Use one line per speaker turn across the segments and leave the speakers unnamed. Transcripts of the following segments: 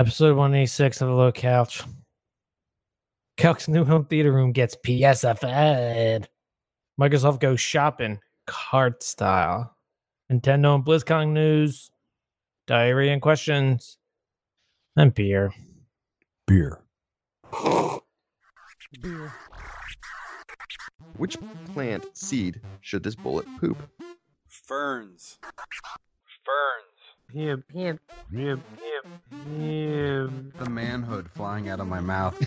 Episode 186 of The Low Couch. Calc's new home theater room gets PSF'd. Microsoft goes shopping, card style. Nintendo and BlizzCon news, diarrhea and questions, and beer.
beer.
Which plant seed should this bullet poop?
Ferns. Ferns.
the manhood flying out of my mouth.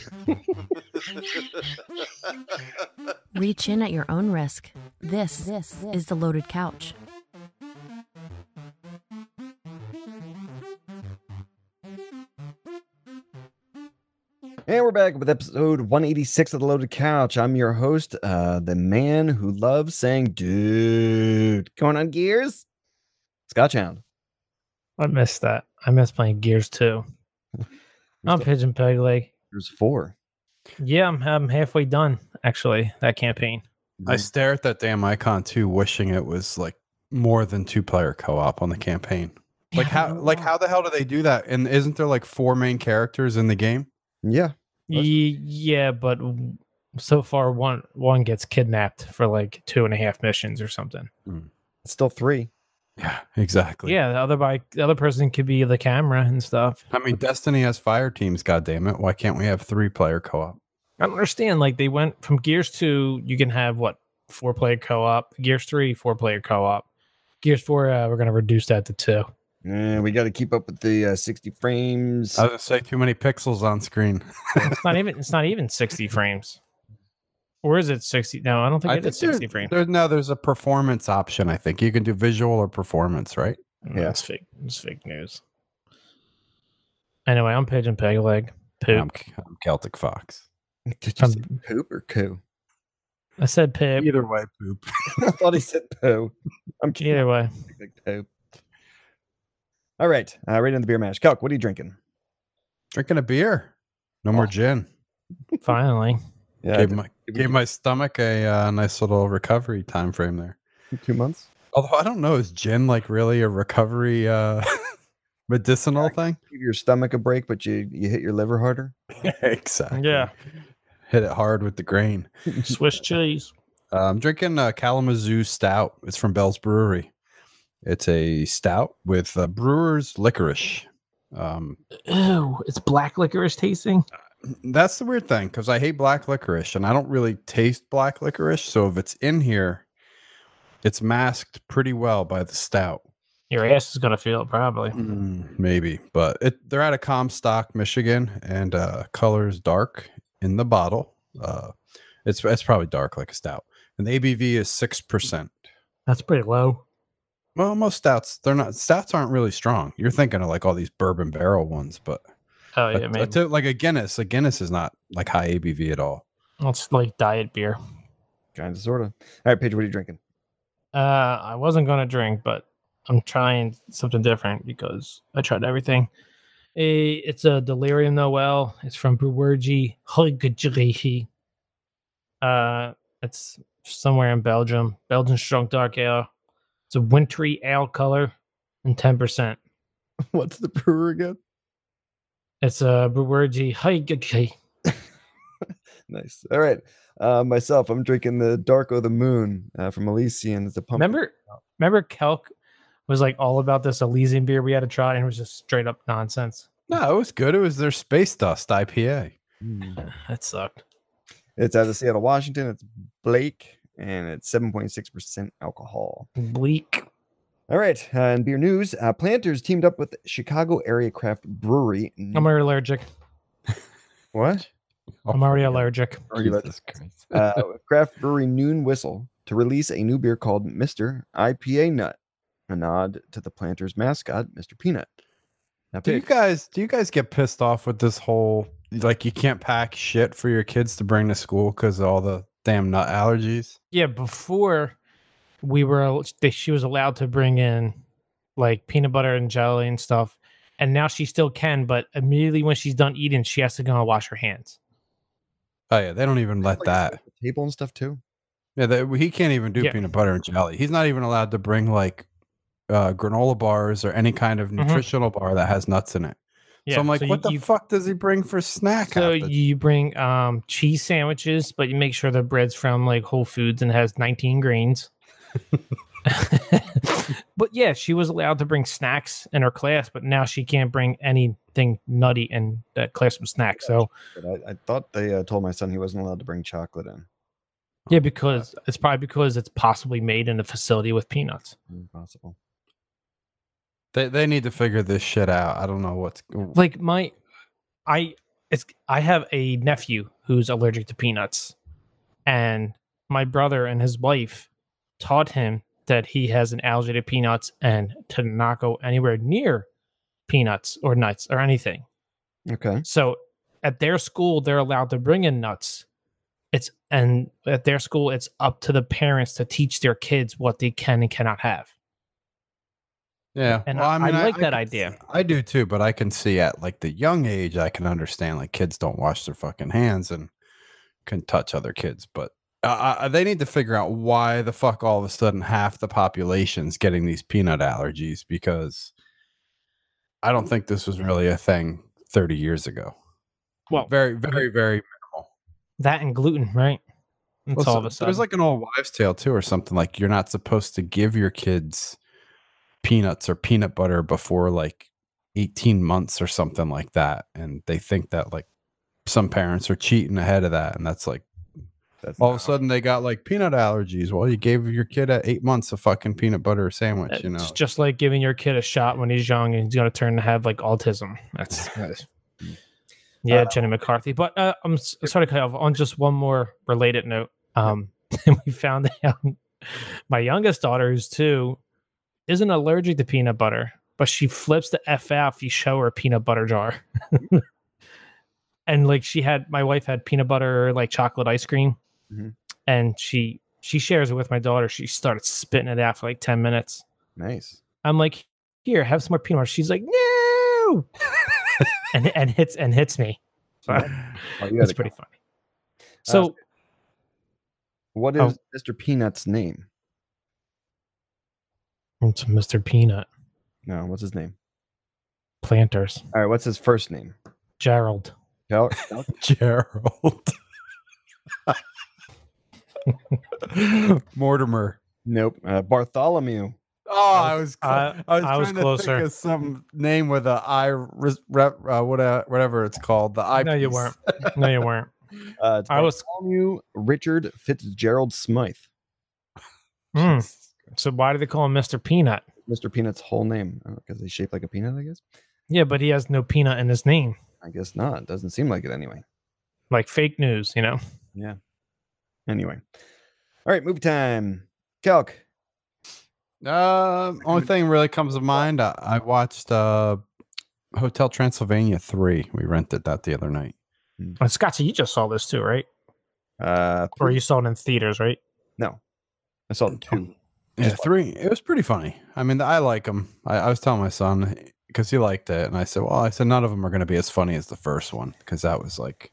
Reach in at your own risk. This, this is the loaded couch.
And we're back with episode 186 of The Loaded Couch. I'm your host, uh, the man who loves saying, dude, going on gears? Scotch Hound.
I miss that. I miss playing Gears 2. I'm Pigeon Peg Leg.
There's four.
Yeah, I'm, I'm halfway done, actually, that campaign.
I stare at that damn icon too, wishing it was like more than two player co op on the campaign.
Yeah, I
Like how
don't
like
know.
how the hell do they do that? And isn't there like four main characters in the game?
Yeah.
Ye- yeah, but w- so far one one gets kidnapped for like two and a half missions or something.
It's still three.
Yeah, exactly.
yeah, the other by the other person could be the camera and stuff.
I mean, Destiny has fire teams. God damn it! Why can't we have three player co op?
I don't understand. Like they went from Gears two, you can have what four player co op. Gears three, four player co op. Gears four, uh, we're gonna reduce that to two.
Yeah, we got to keep up with the uh, 60 frames.
I was gonna say too many pixels on screen.
It's not even. It's not even sixty frames. Or is it sixty? No, I don't think
I
it is
there-
sixty frames.
there- no, there's a performance option. I think you can do visual or performance, right?
No,
yeah.
it's fake. It's fake news. Anyway, I'm pigeon peg leg. Poop.
I'm, I'm Celtic Fox.
Did
um,
you say
I'm-
poop or coo?
I said pip.
Either way, poop.
I thought he said poo. I'm kidding.
Either way.
Like poop. All right. Uh, right in the beer mash. Calc, what are you drinking?
Drinking a beer. No more gin.
Finally.
Yeah.
gave my
did we
gave
do-
my stomach a uh, nice little recovery time frame there.
two months.
Although I don't know, is gin like really a recovery uh, medicinal thing?
Give your stomach a break, but you, you hit your liver harder.
exactly. Hit it hard with the grain.
Swiss cheese.
Uh, I'm drinking uh, Kalamazoo Stout. It's from Bell's Brewery. It's a stout with uh, brewer's licorice. Um,
Ew, it's black licorice tasting.
that's the weird thing because I hate black licorice and I don't really taste black licorice. So if it's in here, it's masked pretty well by the stout.
Your ass is gonna feel it probably.
Mm, maybe, but it, they're out of Comstock, Michigan, and uh, colors dark in the bottle. Uh, it's it's probably dark like a stout, and the ABV is six percent.
That's pretty low.
Well, most stouts they're not stouts aren't really strong. You're thinking of like all these bourbon barrel ones, but
Oh
a-
yeah,
a
maybe
t- like a Guinness, a Guinness is not like high ABV at all.
that's like diet beer.
Kind of, sort of. All right, Paige, what are you drinking?
Uh, I wasn't gonna drink, but I'm trying something different because I tried everything. Eh, it's a Delirium Noel. It's from Brewergy Hoegeregie. Uh, it's somewhere in Belgium. Belgian strong dark ale. It's a wintry ale color and ten percent.
What's the brewer again?
It's uh, a Brewergy Hoegeregie.
Nice. All right. Uh, myself, I'm drinking the Dark of the Moon uh, from Elysian. It's a pumpkin.
Remember, remember, Kelk was like all about this Elysian beer we had to try, and it was just straight up nonsense.
No, it was good. It was their space dust IPA.
Mm.
That sucked.
It's out of Seattle, Washington. It's Blake, and it's 7.6% alcohol.
Bleak.
All right. Uh, in beer news, uh, Planters teamed up with Chicago Area Craft Brewery. in-
I'm already allergic.
what?
Oh,
I'm already
forget it.
allergic.
Already let-
Jesus Christ.
uh, craft brewery Noon Whistle to release a new beer called Mr. IPA Nut, a nod to the Planters mascot, Mr. Peanut. Now,
Do you
Paige,
guys do you guys get pissed off with this whole like you can't pack shit for your kids to bring to school because of all the damn nut allergies?
Yeah, before we were, al- they- she was allowed to bring in like peanut butter and jelly and stuff, and now she still can. But immediately when she's done eating, she has to go and wash her hands.
Oh yeah, they don't even let
like,
that.
set the table and stuff too.
Yeah, they, he can't even do
Yeah.
peanut butter and jelly. He's not even allowed to bring like uh, granola bars or any kind of nutritional bar that has nuts in it. so I'm like,
Mm-hmm. you-
what the
you-
fuck does he bring for snack?
So
after-
you bring um, cheese sandwiches, but you make sure the bread's from like Whole Foods and has 19 grains. but yeah, she was allowed to bring snacks in her class, but now she can't bring anything nutty in that classroom snack. So
But I, I thought they uh, told my son he wasn't allowed to bring chocolate in.
yeah, because it's probably because it's possibly made in a facility with peanuts.
Impossible.
they they need to figure this shit out. I don't know what's
Like my, I it's I have a nephew who's allergic to peanuts, and my brother and his wife taught him that he has an allergy to peanuts and to not go anywhere near peanuts or nuts or anything.
Okay.
So at their school, they're allowed to bring in nuts. It's and at their school, it's up to the parents to teach their kids what they can and cannot have.
yeah.
and I- I like that
can
idea.
see- I do too, but I can see at like the young age, I can understand like kids don't wash their fucking hands and can touch other kids, but. Uh, uh, they need to figure out why the fuck all of a sudden half the population's getting these peanut allergies because I don't think this was really a thing 30 years ago.
Well,
very, very, very minimal.
That and gluten, right? It's
Well,
all
so-
of a sudden.
There's like an old wives' tale too, or something like you're not supposed to give your kids peanuts or peanut butter before like 18 months or something like that, and they think that like some parents are cheating ahead of that, and that's like
That's
all of a
not-
sudden they got like peanut allergies. Well, you gave your kid at eight months a fucking peanut butter sandwich, you know.
It's just like giving your kid a shot when he's young and he's going to turn to have like autism. That's, that's- yeah, Jenny McCarthy. But uh, I'm s- sorry to cut you off on just one more related note. Um, we found out my youngest daughter, who's two, isn't allergic to peanut butter, but she flips the f out if you show her a peanut butter jar. and like she had, my wife had peanut butter like chocolate ice cream,
Mm-hmm.
Mhm.
and she she shares it with my daughter. She started spitting it out for like ten minutes.
nice.
I'm like, here, have some more peanut butter. She's like, no, and and hits and hits me. So
Oh, you had
it's
a-
pretty funny. So
What is
Oh.
Mr. Peanut's name?
it's Mr. Peanut
No, what's his name?
Planters
All right, what's his first name?
Gerald.
Cal-
Gerald. Mortimer.
nope. Uh, Bartholomew.
Oh, I was, clo-
I-
I was,
I was
trying to
closer.
think of some name with a I res- rep, uh, whatever, whatever it's called. The I.
no, you
piece.
weren't. No, you weren't.
Uh, it's
I was-
Bartholomew Richard Fitzgerald Smythe.
Mm. So why do they call him Mr. Peanut?
Mr. Peanut's whole name because he's shaped like a peanut. I guess.
Yeah, but he has no peanut in his name.
I guess not. Doesn't seem like it anyway.
Like fake news, you know.
Anyway. All right, movie time. Calc.
Um, only thing really comes to mind. I, I watched uh, Hotel Transylvania three. We rented that the other night.
And Scotty, you just saw this too, right?
Uh,
Or you saw it in theaters, right?
no, I saw two.
Yeah, three. It was pretty funny. I mean, I like them. I, I was telling my son because he liked it, and I said, "Well, I said none of them are going to be as funny as the first one because that was like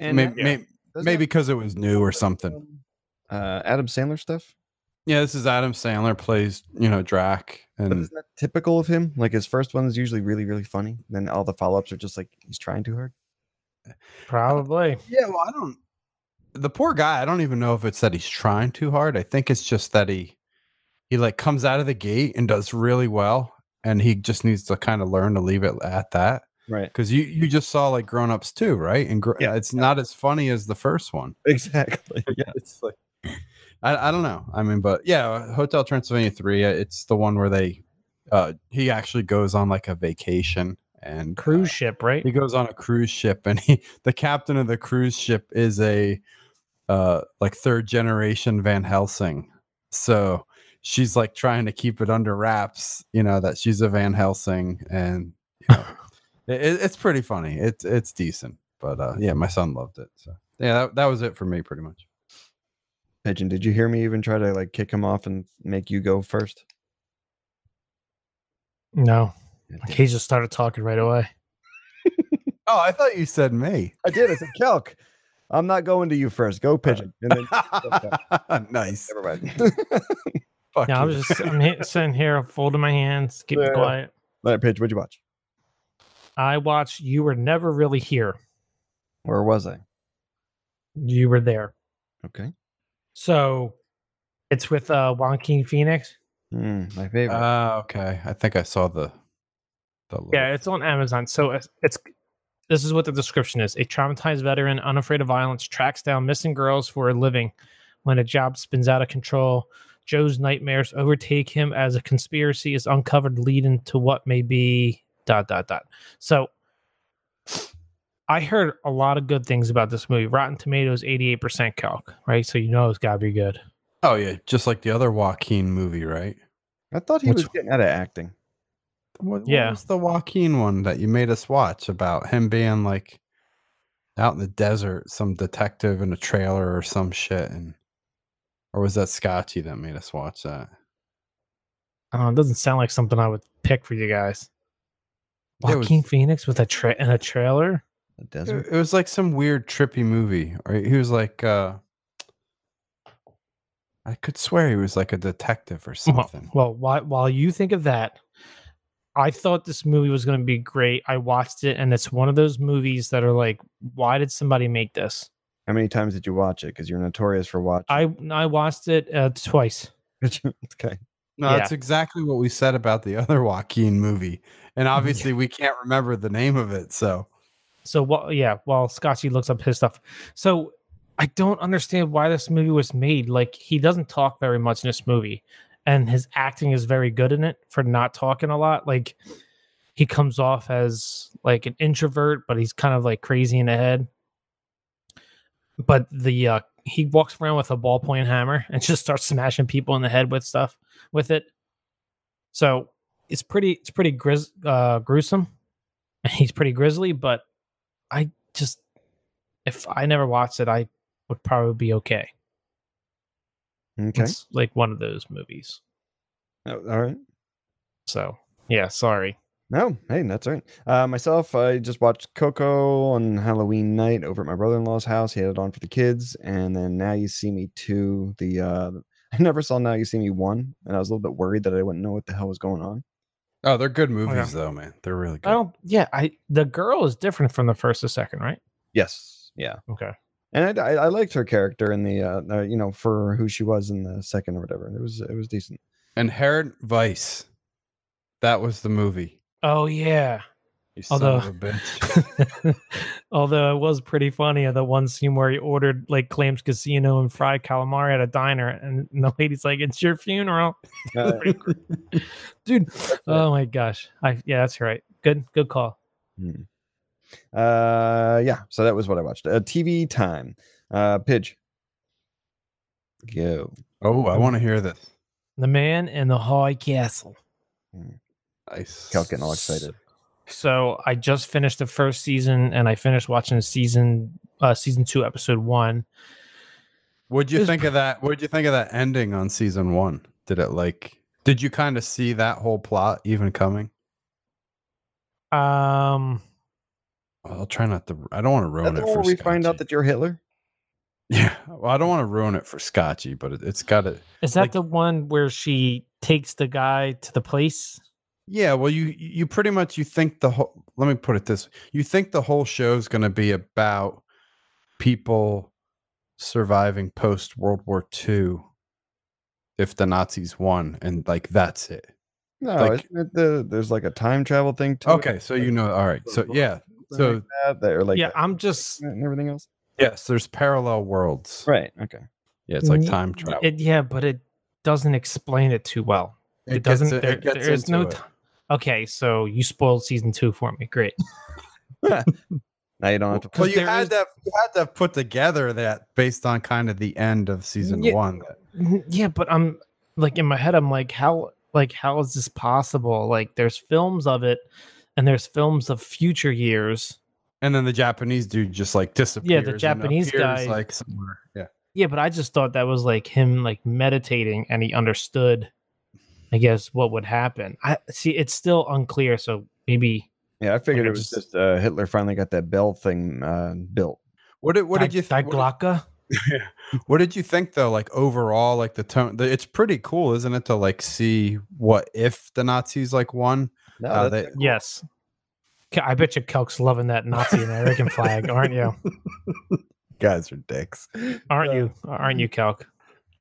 And
maybe
that-
maybe,
doesn't
maybe
that-
because it was new or something."
Uh, Adam Sandler stuff.
Yeah, this is Adam Sandler plays, you know, Drac.
But
And
isn't that typical of him? Like his first one is usually really, really funny. Then all the follow ups are just like he's trying too hard.
Probably.
yeah, well, I don't the poor guy, I don't even know if it's that he's trying too hard. I think it's just that he he like comes out of the gate and does really well and he just needs to kind of learn to leave it at that.
Right.
Cuz you you just saw like grown-ups too, right? And gr-
Yeah.
it's not as funny as the first one.
Exactly. Yeah.
it's like I, I don't know. I mean, but yeah, Hotel Transylvania three. uh, It's the one where they uh he actually goes on like a vacation and uh,
Cruise ship, right?
he goes on a cruise ship and he the captain of the cruise ship is a uh like third generation van helsing so she's like trying to keep it under wraps you know that she's a van helsing and you know it, it- it's pretty funny it's it's decent but uh yeah my son loved it so yeah that, that was it for me pretty much
Pigeon, did you hear me even try to like kick him off and make you go first?
No.
I
Like
did.
he just started talking right away.
oh i thought you said me
I did. I said, Calc, I'm not going to you first. Go, Pigeon. And then
nice
never mind.
Fuck
Yeah, I
you.
was just I'm he- sitting here folding my hands, keeping
Yeah.
quiet.
All right, Pigeon, what'd you watch?
I watched You Were Never Really Here.
Where was I?
You were there.
Okay.
So it's with uh Joaquin Phoenix.
Hmm, my favorite.
Ah, okay. I think I saw the. the little-
Yeah, it's on Amazon. So it's, it's this is what the description is: a traumatized veteran, unafraid of violence, tracks down missing girls for a living. When a job spins out of control, Joe's nightmares overtake him as a conspiracy is uncovered, leading to what may be dot dot dot. So, I heard a lot of good things about this movie. Rotten Tomatoes, eighty-eight percent calc, right? So you know it's got to be good.
Oh yeah, just like the other Joaquin movie, right?
I thought he
which
was getting out of acting.
What,
Yeah.
what was the Joaquin one that you made us watch about him being like out in the desert, some detective in a trailer or some shit, and or was that Scotchy that made us watch that?
Uh, it doesn't sound like something I would pick for you guys.
Yeah, it was-
Joaquin Phoenix with a tra- and a trailer.
The
It,
desert.
it was like some weird trippy movie, or he was like, uh I could swear he was like a detective or
Well,
something.
Uh-huh. well while, while you think of that, I thought this movie was going to be great. I watched it, and it's one of those movies that are like, why did somebody make this?
How many times did you watch it? Because you're notorious for watching.
I I watched it uh, twice.
okay.
No, that's exactly what we said about the other Joaquin movie, and obviously we can't remember the name of it, so.
So wha- yeah, while Scotchy looks up his stuff. So I don't understand why this movie was made. Like he doesn't talk very much in this movie, and his acting is very good in it for not talking a lot. Like he comes off as like an introvert, but he's kind of like crazy in the head. But the uh, he walks around with a ballpoint hammer and just starts smashing people in the head with stuff with it. So it's pretty it's pretty gris- uh, gruesome. He's pretty grisly, but I just if I never watched it, I would probably be okay.
Okay.
It's like one of those movies.
Oh, all right.
So yeah, sorry.
No, hey, that's all right. Uh, myself, I just watched Coco on Halloween night over at my brother-in-law's house. He had it on for the kids, and then Now You See Me two. The uh, I never saw Now You See Me one, and I was a little bit worried that I wouldn't know what the hell was going on.
Oh, they're good movies though, man. They're really good.
I don't. Yeah, I the girl is different from the first to second, right?
Yes, yeah,
Okay.
and I, I, I liked her character in the uh, uh, you know for who she was in the second or whatever. It was it was decent.
Inherent Vice. That was the movie.
Oh yeah.
You
Although-
son of a bitch.
Although it was pretty funny, uh, the one scene where he ordered like clams casino and fried calamari at a diner, and the lady's like, "It's your funeral,
Uh,
dude." Oh my gosh, I yeah, that's right. Good, good call.
Hmm. Uh, yeah. So that was what I watched. Uh, TV time. Uh, Pidge. Go.
oh, I want to hear this.
The man in the high castle.
Nice.
Cal's getting all excited.
So I just finished the first season, and I finished watching season uh, season two, episode one.
What'd you
It's
think of that? What'd you think of that ending on season one? Did it like did you kind of see that whole plot even coming?
Um,
I'll try not to I don't want to ruin
That's
it
where
for
we find out
Scotchy.
that you're Hitler.
Yeah. Well, I don't want to ruin it for Scotchy, but it, it's got it.
is that
Like-
the one where she takes the guy to the place?
Yeah, well, you you pretty much you think the whole. Let me put it this: you think the whole show is going to be about people surviving post World War II, if the Nazis won, and like that's it.
No,
Like-
isn't it the, there's like a time travel thing
Oh,
too.
Okay, so you know, all right, so yeah, so
that, that or like
yeah,
that
I'm just
and everything else.
yes, there's parallel worlds.
Right. Okay.
Yeah, it's like
Ye-
time travel.
it, yeah, but it doesn't explain it too well. It,
gets
doesn't.
it-
there-
it gets
there's no.
into it.
ti- okay, so you spoiled season two for me. Great.
Now you don't have to.
Because
Well, you
there
had
is-
to you had to put together that based on kind of the end of season
Yeah.
one. that-
N- Yeah, but I'm like in my head, I'm like, how like how is this possible? Like there's films of it and there's films of future years.
And then the Japanese dude just like disappears. and
Japanese
appears,
guy-
like somewhere. Yeah.
Yeah, but I just thought that was like him like meditating and he understood I guess what would happen. I see it's still unclear, so maybe
Yeah, I figured
Okay,
it was
just-
just uh, Hitler finally got that bell thing uh, built.
What did what did you
think?
think? What, did- what did you think though? Like overall, like the tone. The, it's pretty cool, isn't it? To like see what if the Nazis like won.
No,
Uh,
that's
they-
cool.
Yes. Ke- I bet you Kelk's loving that Nazi American flag, aren't you?
Guys are dicks.
Aren't
Uh,
you? Aren't you, Kelk?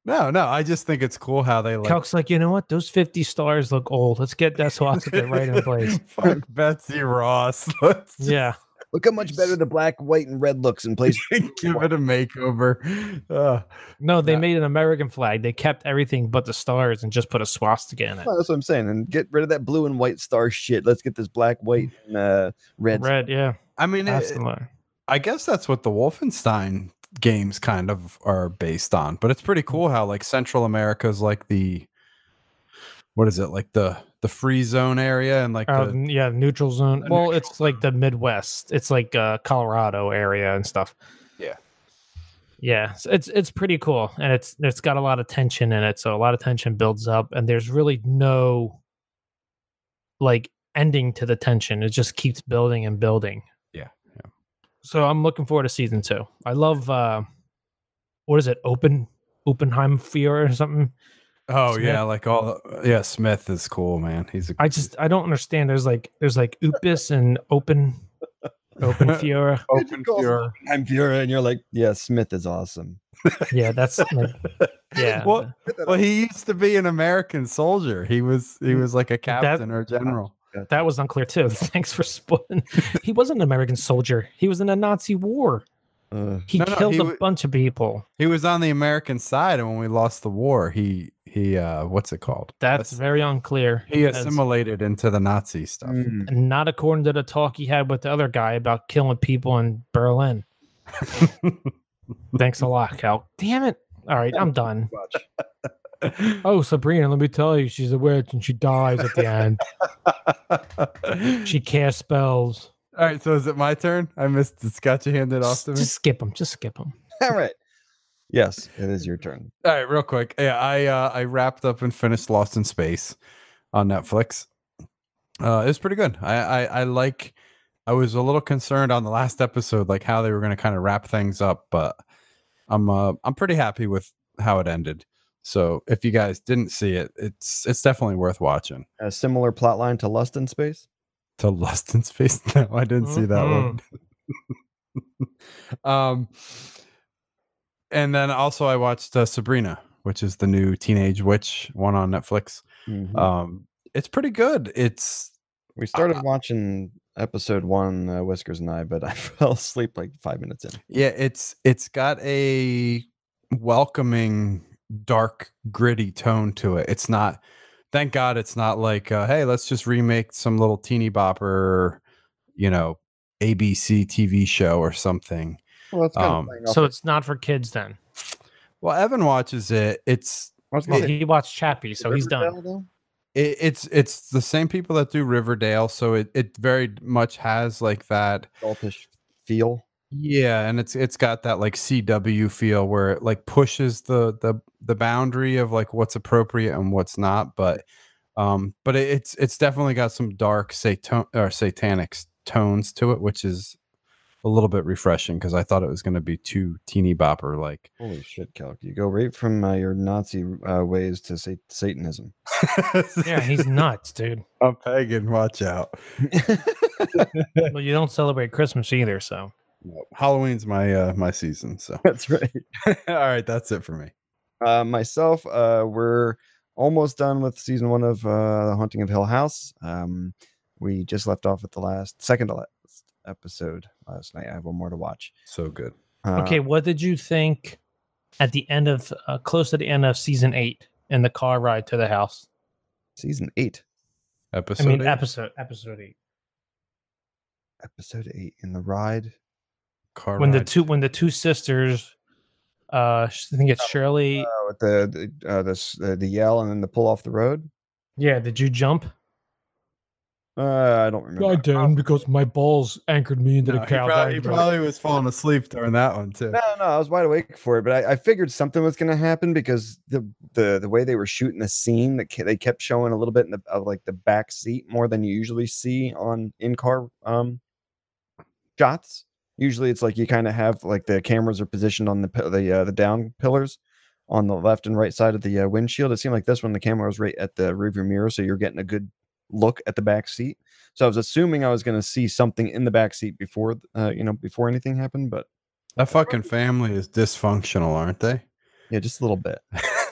No, no. I just think it's cool how they like.
Kelk's like, you know what? Those 50 stars look old. Let's get that swastika right in place.
Fuck Betsy Ross. Let's
Yeah.
Look how much better the black, white, and red looks in place.
give it a makeover. Uh,
No, they
Yeah.
made an American flag. They kept everything but the stars and just put a swastika in it.
Oh, that's what I'm saying. And get rid of that blue and white star shit. Let's get this black, white, and uh, red.
Red, yeah.
I mean, it,
Absolutely.
I guess that's what the Wolfenstein games kind of are based on. But it's
Mm-hmm.
pretty cool how like Central America is like the what is it like the the free zone area and like
Uh,
the,
n- yeah, neutral zone.
the
Well,
neutral
it's like the Midwest. It's like uh, Colorado area and stuff.
Yeah.
yeah. so it's it's pretty cool, and it's it's got a lot of tension in it. So a lot of tension builds up, and there's really no like ending to the tension. It just keeps building and building.
Yeah, yeah.
So I'm looking forward to season two. I love uh, what is it? Open Oppenheim Fear or something.
oh
Smith.
yeah, like all the, yeah. Smith is cool, man. He's a
I just I don't understand. There's like there's like Upis and Open Open Fiora.
open
Calls him
pure.
I'm Vera, and you're like, yeah, Smith is awesome.
Yeah, that's like yeah.
Well, well, he used to be an American soldier. He was he was like a captain or general.
that was unclear too. Thanks for spoiling. he wasn't an American soldier. He was in a Nazi war.
Uh,
He
No, no,
killed
he
a
wa-
bunch of people.
He was on the American side, and when we lost the war, he he uh what's it called?
That's
Ass-
very unclear.
he
as-
assimilated into the Nazi stuff.
mm.
and not according to the talk he had with the other guy about killing people in Berlin. Thanks a lot, Cal. Damn it. All right, I'm done.
Watch.
Oh, Sabrina, let me tell you, she's a witch and she dies at the end.
All
She casts spells.
right, so is it my turn? I missed. Did Scotty hand it off
Just,
to me?
just skip them. Just skip them.
All right. Yes, it is your turn.
All right, real quick. Yeah, I uh, I wrapped up and finished Lost in Space on Netflix. Uh, it was pretty good. I, I I like. I was a little concerned on the last episode, like how they were going to kind of wrap things up, but I'm uh, I'm pretty happy with how it ended. So if you guys didn't see it, it's it's definitely worth watching.
A similar plot line to Lust in Space.
to Lost in Space. No, I didn't see that one. um, and then also I watched uh, Sabrina, which is the new teenage witch one on Netflix.
Mm-hmm.
Um, it's pretty good. It's
Uh, we started watching episode one, uh, Whiskers and I, but I fell asleep like five minutes in.
yeah, it's it's got a welcoming, dark, gritty tone to it. It's not. Thank God it's not like, uh, hey, let's just remake some little teeny bopper, you know, ABC TV show or something.
Well, that's kind
Um,
of playing off-
So it's not for kids then.
Well, Evan watches it. It's
I was gonna
Well,
say,
he watched Chappie, so he's done.
Riverdale, though?
it, it's it's the same people that do Riverdale, so it it very much has like that.
Adultish feel.
Yeah, and it's it's got that like CW feel where it like pushes the the the boundary of like what's appropriate and what's not, but um but it, it's it's definitely got some dark satan or satanic s- tones to it, which is a little bit refreshing because I thought it was going to be too teeny bopper like.
Holy shit, Calc! You go right from uh, your Nazi uh, ways to sa- Satanism.
Yeah, he's nuts, dude.
I'm pagan, watch out.
Well, you don't celebrate Christmas either, so
No, Halloween's my uh my season. So
That's right.
all right, that's it for me.
Uh, myself, uh, we're almost done with season one of uh, The Haunting of Hill House. Um, we just left off at the last, second to last episode last night. I have one more to watch.
So good.
Uh,
okay. What did you think at the end of uh, close to the end of season eight in the car ride to the house?
Season eight,
Episode.
I mean,
eight,
episode episode eight
episode eight, in the ride.
car
when the
ride.
two when the two sisters, uh, sh- I think it's Shirley.
Uh, with the the, uh, the s- the the yell and then the pull off the road.
yeah, did you jump? Oh.
Uh, I don't remember.
because my balls anchored me into
No, he, probably, he probably was falling asleep during that one too.
No, no, I was wide awake for it, but I, I figured something was going to happen because the, the the way they were shooting the scene, that they kept showing a little bit in the, of like the back seat more than you usually see on in car um shots. Usually, it's like you kind of have like the cameras are positioned on the pi- the uh, the down pillars on the left and right side of the uh, windshield. It seemed like this one the camera was right at the rearview mirror, so you're getting a good look at the back seat. So I was assuming I was going to see something in the back seat before, uh, you know, before anything happened. But
That fucking family is dysfunctional, aren't they?
yeah, just a little bit.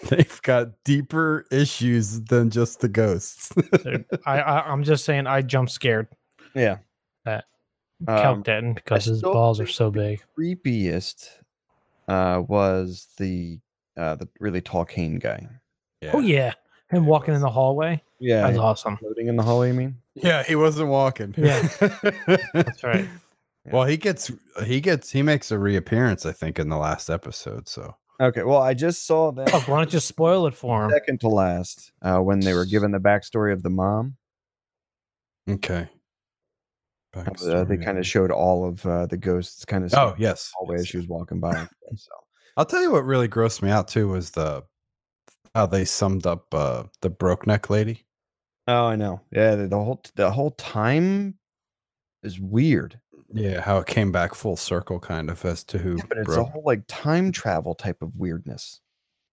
They've got deeper issues than just the ghosts.
Dude, I, I I'm just saying I jump scared
Yeah.
that Cal
Um,
Denton because his
still
balls are
think
so big.
creepiest uh, was the uh, the really tall cane guy.
Oh yeah, him walking in the hallway.
Yeah,
That's awesome.
floating in the hallway. I mean,
Yeah, he wasn't walking.
Yeah.
that's
right.
Well, he gets he gets he makes a reappearance, I think, in the last episode. So
okay. Well, I just saw that
Fuck, why don't you spoil it for him?
second to last uh, when they were given the backstory of the mom.
okay.
Uh, they kind of showed all of uh, the ghosts, kind of
Oh yes.
hallway as
yes,
she was walking by. and stuff, so
I'll tell you what really grossed me out too was the how they summed up uh the broke neck lady.
oh, I know. Yeah, the, the whole the whole time is weird,
Yeah, how it came back full circle kind of as to who
Yeah, but it's
broke.
a whole like time travel type of weirdness.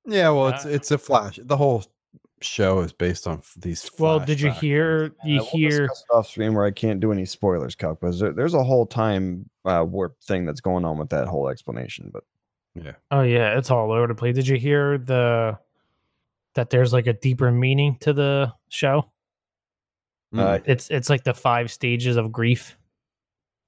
Yeah, well it's
Uh,
it's a flash. The whole show is based on f- these
Well, did you
flashbacks.
hear? You
Uh, we'll
hear?
discuss it off screen where I can't do any spoilers, Calc, because there, there's a whole time uh, warp thing that's going on with that whole explanation. But
Oh yeah, it's all over the place. Did you hear the that there's like a deeper meaning to the show?
Mm,
uh,
It's it's like the five stages of grief.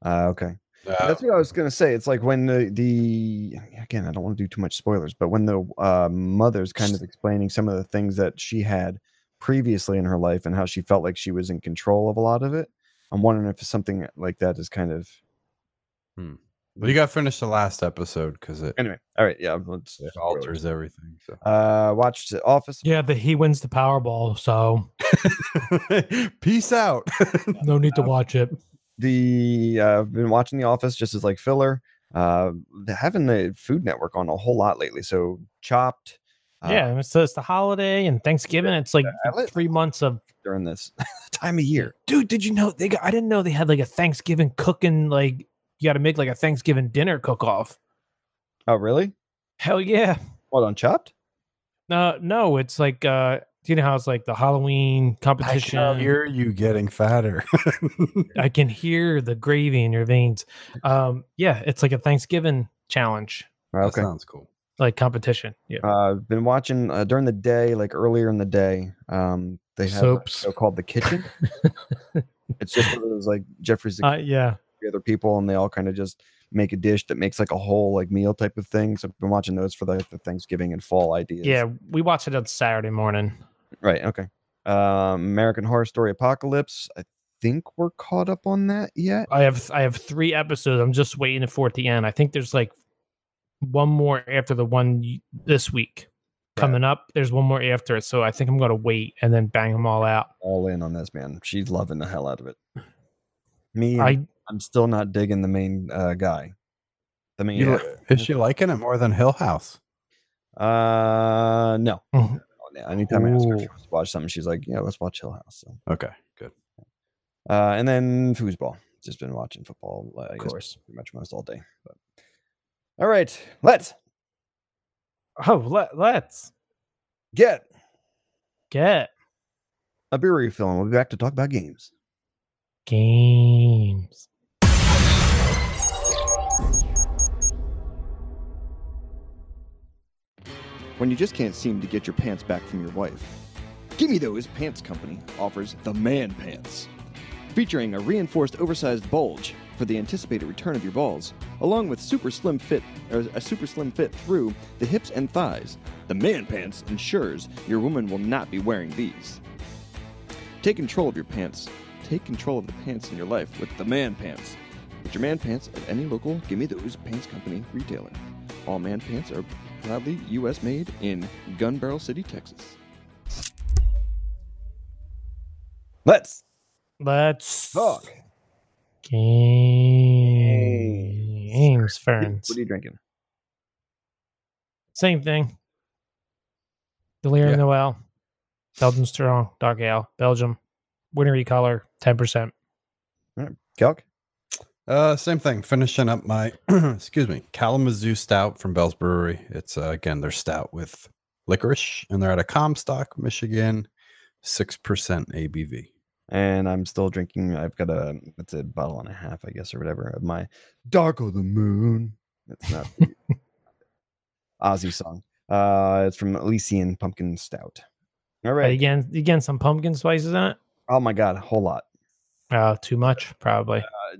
uh, okay,
Uh,
that's what I was gonna say. It's like when the the again, I don't want to do too much spoilers, but when the uh, mother's kind of explaining some of the things that she had previously in her life and how she felt like she was in control of a lot of it. I'm wondering if something like that is kind of
Well, you got to finish the last episode because it,
anyway. All right, yeah, let's
it alters everything. So.
Uh, watched The Office.
Yeah, but he wins the Powerball, so
Peace out.
no need to watch it.
the uh, I've been watching The Office just as like filler. Uh, they're having the Food Network on a whole lot lately. So Chopped. Uh,
yeah, it's, it's the holiday and Thanksgiving. It's like
I like-
three months of
during this time of year.
dude. Did you know they? Got, I didn't know they had like a Thanksgiving cooking. Like you got to make like a Thanksgiving dinner cook off.
Oh, really?
Hell yeah.
What on Chopped?
No, no, it's like uh, do you know how it's like the Halloween competition.
hear you getting fatter.
I can hear the gravy in your veins. Um, yeah, it's like a Thanksgiving challenge,
That
Okay.
sounds cool.
like competition. Yeah.
Uh, I've been watching uh, during the day, like earlier in the day. Um, they have
Soaps.
a show called The Kitchen. it's just one of those like Jeffrey's the
Uh, yeah.
three other people, and they all kind of just make a dish that makes like a whole like meal type of thing. So I've been watching those for like the Thanksgiving and fall ideas.
Yeah. We watch it on Saturday morning.
Right. Okay. Um, American Horror Story Apocalypse. I think we're caught up on that yet.
I have I have three episodes. I'm just waiting for it to end. I think there's like one more after the one y- this week coming up. There's one more after it, so I think I'm gonna wait and then bang them all out.
All in on this, man. She's loving the hell out of it. Me, I,
I
I'm still not digging the main uh, guy. The main.
You
actor.
li- Is she liking it more than Hill House?
uh, no.
Mhm.
No, Anytime I ask her if she
Ooh.
wants to watch something, she's like, "Yeah, let's watch Hill House." So,
Okay, good.
uh, and then foosball. Just been watching football, uh, I guess,
course.
pretty much most all day. But. All right, let's
oh let, let's
get
get
a beer refill, and we'll be back to talk about games.
games.
when you just can't seem to get your pants back from your wife. Gimme Those Pants Company offers the Man Pants, featuring a reinforced oversized bulge for the anticipated return of your balls, along with super slim fit or a super slim fit through the hips and thighs. The Man Pants ensures your woman will not be wearing these. Take control of your pants. Take control of the pants in your life with the Man Pants. Get your Man Pants at any local Gimme Those Pants Company retailer. All Man Pants are proudly U.S. made in Gun Barrel City, Texas.
Let's
Let's
talk.
games. Ferns.
What are you drinking?
Same thing. Delirium
Yeah.
Noel, Belgian Strong, Dark Ale, Belgium, Wintery Color, 10%.
Calc?
Uh, same thing. Finishing up my excuse me Kalamazoo Stout from Bell's Brewery. It's uh, again their stout with licorice, and they're out of Comstock, Michigan, six percent ABV.
and I'm still drinking. I've got a it's a bottle and a half, I guess, or whatever of my Dark of the Moon. That's not the Ozzy song. Uh, it's from Elysian Pumpkin Stout. All
But
right.
again, again, some pumpkin spices in it.
Oh my god, a whole lot.
Uh, too much, probably.
Uh,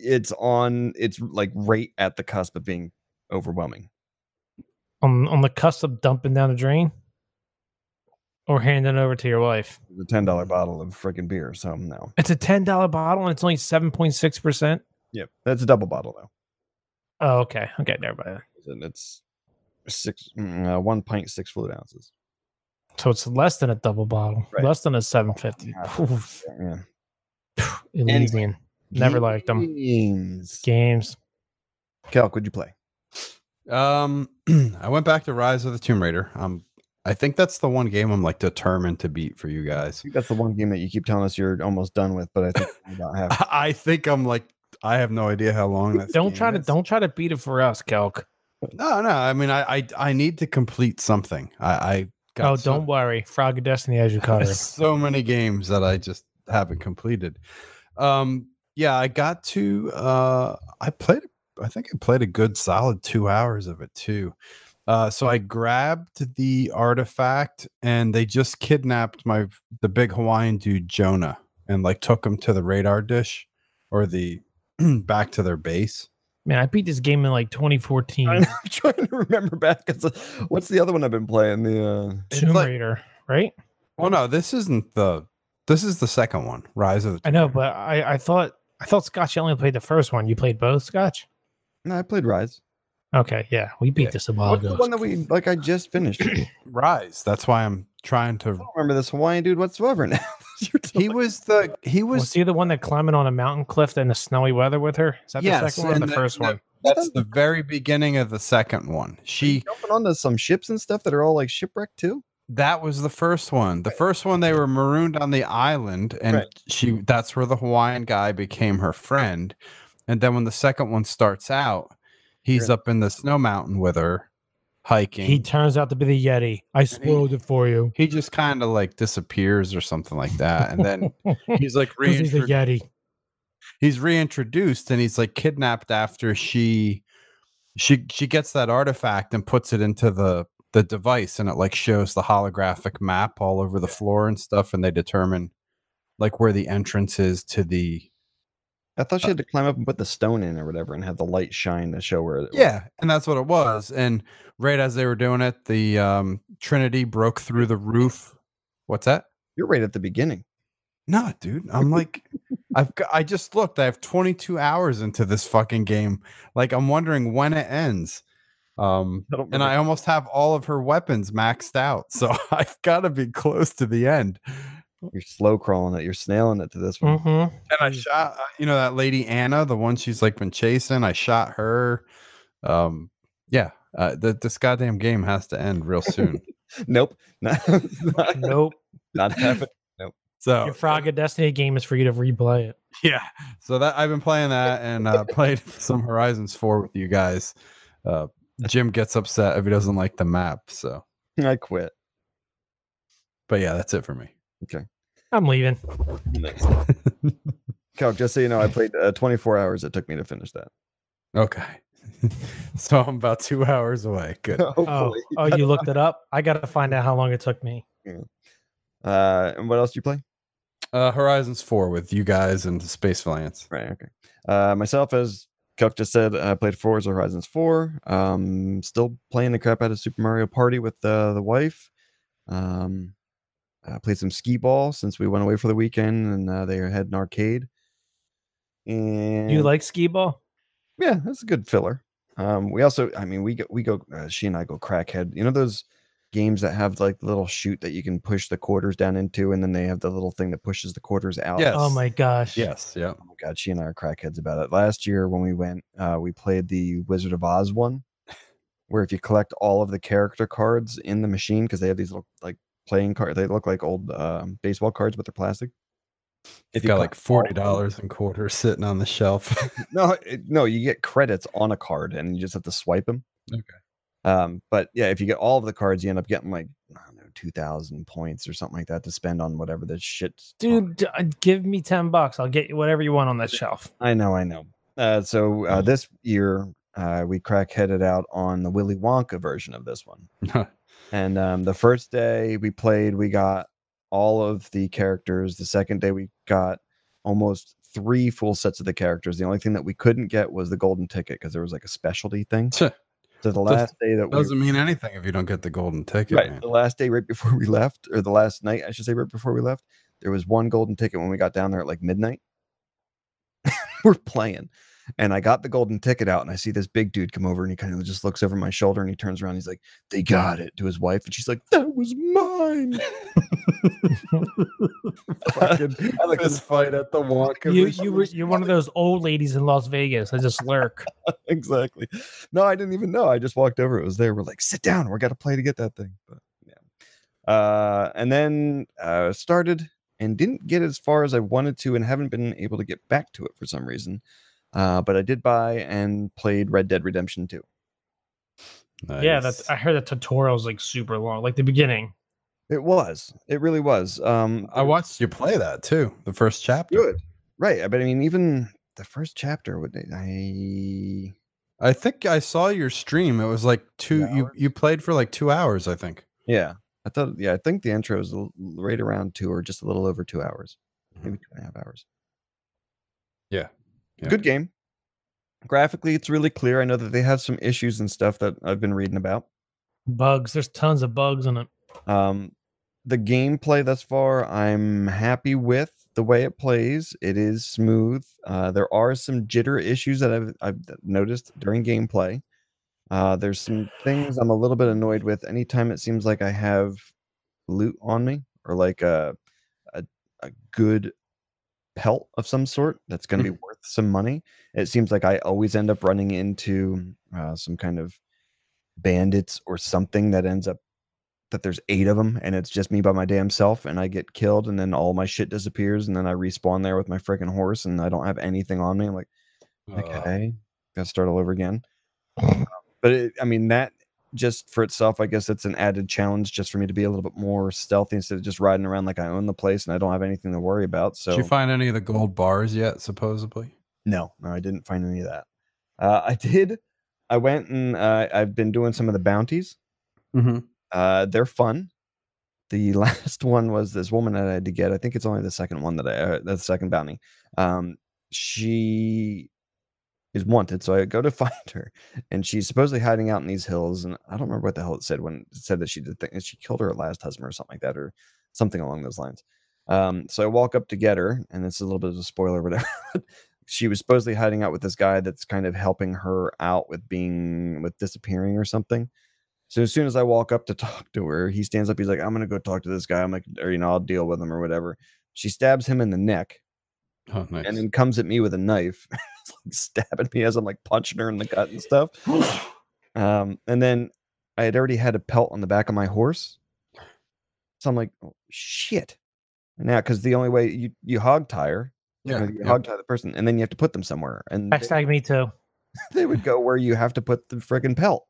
it's on. It's like right at the cusp of being overwhelming.
On on the cusp of dumping down the drain, or handing it over to your wife.
It's a ten dollar
Mm.
bottle of freaking beer. So no.
It's a ten dollar bottle and it's only seven point six percent.
Yep, that's a double bottle though.
Oh, okay, okay, never mind.
And it's six mm, uh, one pint six fluid ounces.
So it's less than a double bottle,
Right.
less than a seven fifty.
Half of Yeah.
Elysian, never liked them.
Games.
Games.
Calc, would you play?
Um, I went back to Rise of the Tomb Raider. Um, I think that's the one game I'm like determined to beat for you guys.
think that's the one game that you keep telling us you're almost done with, but I think we about half.
I think I'm like I have no idea how long that.
Don't try to don't try to beat it for us, Kelk.
No, no. I mean, I I, I need to complete something. I, I
Oh,
so-
don't worry. Frog of Destiny as you call it.
so many games that I just haven't completed. Um, yeah, I got to. Uh, I played. I think I played a good solid two hours of it too. Uh, so I grabbed the artifact, and they just kidnapped my the big Hawaiian dude Jonah, and like took him to the radar dish, or the back to their base.
Man, I beat this game in like 2014.
I'm trying to remember back. It's a- what's the other one I've been playing? The uh,
It's
Tomb
like-
Raider, right?
Well, no, this isn't the. This is the second one, Rise of the.
I know,
Tomb Raider.
but I, I thought I thought Scotch you only played the first one. You played both, Scotch?
no, I played Rise.
Okay, yeah. We beat
Yeah.
this a while
What's the
ago.
one that we like? I just finished. I
Rise. That's why I'm trying to.
don't remember this Hawaiian dude whatsoever now. You're
He
telling
was the. He was
Was he the one that climbing on a mountain cliff in the snowy weather with her? Is that the
Yes,
second one or
and
the
the-
first
the-
one?
That's the very beginning of the second one.
me
She
jumping onto some ships and stuff that are all like shipwrecked too.
that was the first one. The first one they were marooned on the island, and
Right.
she that's where the Hawaiian guy became her friend. And then when the second one starts out, he's
Yeah.
up in the snow mountain with her hiking.
He turns out to be the Yeti. I spoiled it for you.
he just kind of like disappears or something like that. And then he's like
Because he's a
reintroduced.
Yeti.
he's reintroduced and he's like kidnapped after she she she gets that artifact and puts it into the the device and it like shows the holographic map all over the floor and stuff and they determine like where the entrance is to the
I thought
Uh
she had to climb up and put the stone in or whatever, and have the light shine to show where. It was.
yeah and that's what it was and right as they were doing it the um trinity broke through the roof what's that
you're right at the beginning.
No, dude. I'm like, I've got, I just looked. I have 22 hours into this fucking game. Like, I'm wondering when it ends. Um,
I don't
and I almost have all of her weapons maxed out, so I've got to be close to the end.
You're slow crawling it. You're snailing it to this one.
Mm-hmm.
And
Mm.
I shot, uh, you know, that lady Anna, the one she's like been chasing. I shot her. Um, yeah, uh, the, this goddamn game has to end real soon.
Nope. Not, not,
Nope.
not happening.
So
Your Frog of Destiny game is for you to replay it.
yeah so that i've been playing that and uh played some horizons 4 with you guys uh jim gets upset if he doesn't like the map so
I quit.
but yeah that's it for me
I'm leaving.
Calc, just so you know, I played uh, 24 hours. It took me to finish that.
okay so i'm about two hours away good
Oh,
Hopefully.
oh, you looked it up? I got to find out how long it took me. Oh.
Uh, and what else do you play?
uh horizons 4 with you guys and space Valiance.
Right. Okay. Uh, myself, as Calc just said, I played Forza Horizons 4. Um, still playing the crap out of Super Mario Party with uh, the wife. Um, I played some skee ball since we went away for the weekend, and uh, they had an arcade. And
Do you like skee ball?
Yeah, that's a good filler. Um, we also, I mean, we go, we go. Uh, she and I go crackhead. You know those games that have like the little chute that you can push the quarters down into, and then they have the little thing that pushes the quarters out.
Yes.
Oh my gosh.
yes yeah
Oh my god, she and I are crackheads about it. Last year when we went, uh, we played the Wizard of Oz one, where if you collect all of the character cards in the machine, because they have these little like playing cards, they look like old um, baseball cards, but they're plastic.
if you
you
got
col-
like $40 and quarters sitting on the shelf
No, it- no, you get credits on a card and you just have to swipe them.
Okay.
Um, but yeah, if you get all of the cards, you end up getting like, I don't know, 2,000 points or something like that to spend on whatever this shit.
Dude, d- uh, give me 10 bucks. I'll get you whatever you want on that shelf.
I know, I know. Uh, so uh, this year, uh, we crackheaded out on the Willy Wonka version of this one. And um, the first day we played, we got all of the characters. The second day, we got almost three full sets of the characters. The only thing that we couldn't get was the golden ticket because there was like a specialty thing.
Tch,
So the last day that we
Doesn't mean anything if you don't get the golden ticket,
right,
man.
the last day right before we left, or the last night, I should say, right before we left, there was one golden ticket when we got down there at like midnight. We're playing. And I got the golden ticket out, and I see this big dude come over, and he kind of just looks over my shoulder, and he turns around, he's like, "They got it" to his wife, and she's like, "That was mine."
Fucking
I like
fist fight at the Wonka.
You
machine.
you were you're one of those old ladies in Las Vegas. I just lurk.
exactly. No, I didn't even know. I just walked over. It was there. We're like, sit down. We're gonna play to get that thing. But yeah. Uh, and then uh, started and didn't get as far as I wanted to, and haven't been able to get back to it for some reason. Uh, but I did buy and played Red Dead Redemption 2.
Yeah,
Nice.
that's I heard the tutorial's like super long, like the beginning.
It was. It really was. Um,
I watched you play that too. The first chapter.
good. Right. I- But I mean, even the first chapter would I.
I think I saw your stream. It was like two. You
hours?
you played for like two hours. I think.
Yeah. I thought, yeah, I think the intro is l- right around two or just a little over two hours, maybe two and a half hours.
Mm-hmm. Yeah, yeah.
Good game. Graphically, it's really clear. I know that they have some issues and stuff that I've been reading about.
Bugs. There's tons of bugs in it.
Um, the gameplay thus far, I'm happy with the way it plays. It is smooth. Uh, there are some jitter issues that I've, I've th- noticed during gameplay. Uh, there's some things I'm a little bit annoyed with. Anytime it seems like I have loot on me or like a a, a good pelt of some sort that's going to be worth some money, it seems like I always end up running into uh, some kind of bandits or something that ends up that there's eight of them and it's just me by my damn self and I get killed and then all my shit disappears and then I respawn there with my freaking horse and I don't have anything on me. I'm like,
Uh,
okay, gotta start all over again. Um, but it, I mean, that just for itself, I guess it's an added challenge just for me to be a little bit more stealthy instead of just riding around like I own the place and I don't have anything to worry about. So
Did you find any of the gold bars yet? Supposedly.
no, no, I didn't find any of that. Uh, I did. I went and uh, I've been doing some of the bounties.
Mm-hmm.
Uh, they're fun. The last one was this woman that I had to get. I think it's only the second one that I, uh, the second bounty. Um, she is wanted, so I go to find her, and she's supposedly hiding out in these hills. And I don't remember what the hell it said when it said that she did things. She killed her last husband or something like that, or something along those lines. Um, so I walk up to get her, and it's a little bit of a spoiler, whatever. she was supposedly hiding out with this guy that's kind of helping her out with being with disappearing or something. So as soon as I walk up to talk to her, he stands up. He's like, "I'm gonna go talk to this guy. I'm like, or you know, I'll deal with him or whatever." She stabs him in the neck
Oh, nice.
and then comes at me with a knife, It's like stabbing me as I'm like punching her in the gut and stuff. um, and then I had already had a pelt on the back of my horse, so I'm like, oh, "Shit!" Now, because the only way you you hog tire, you,
yeah.
know, you hog tie the person, and then you have to put them somewhere, and they-
Hashtag me too.
they would go where you have to put the friggin' pelt.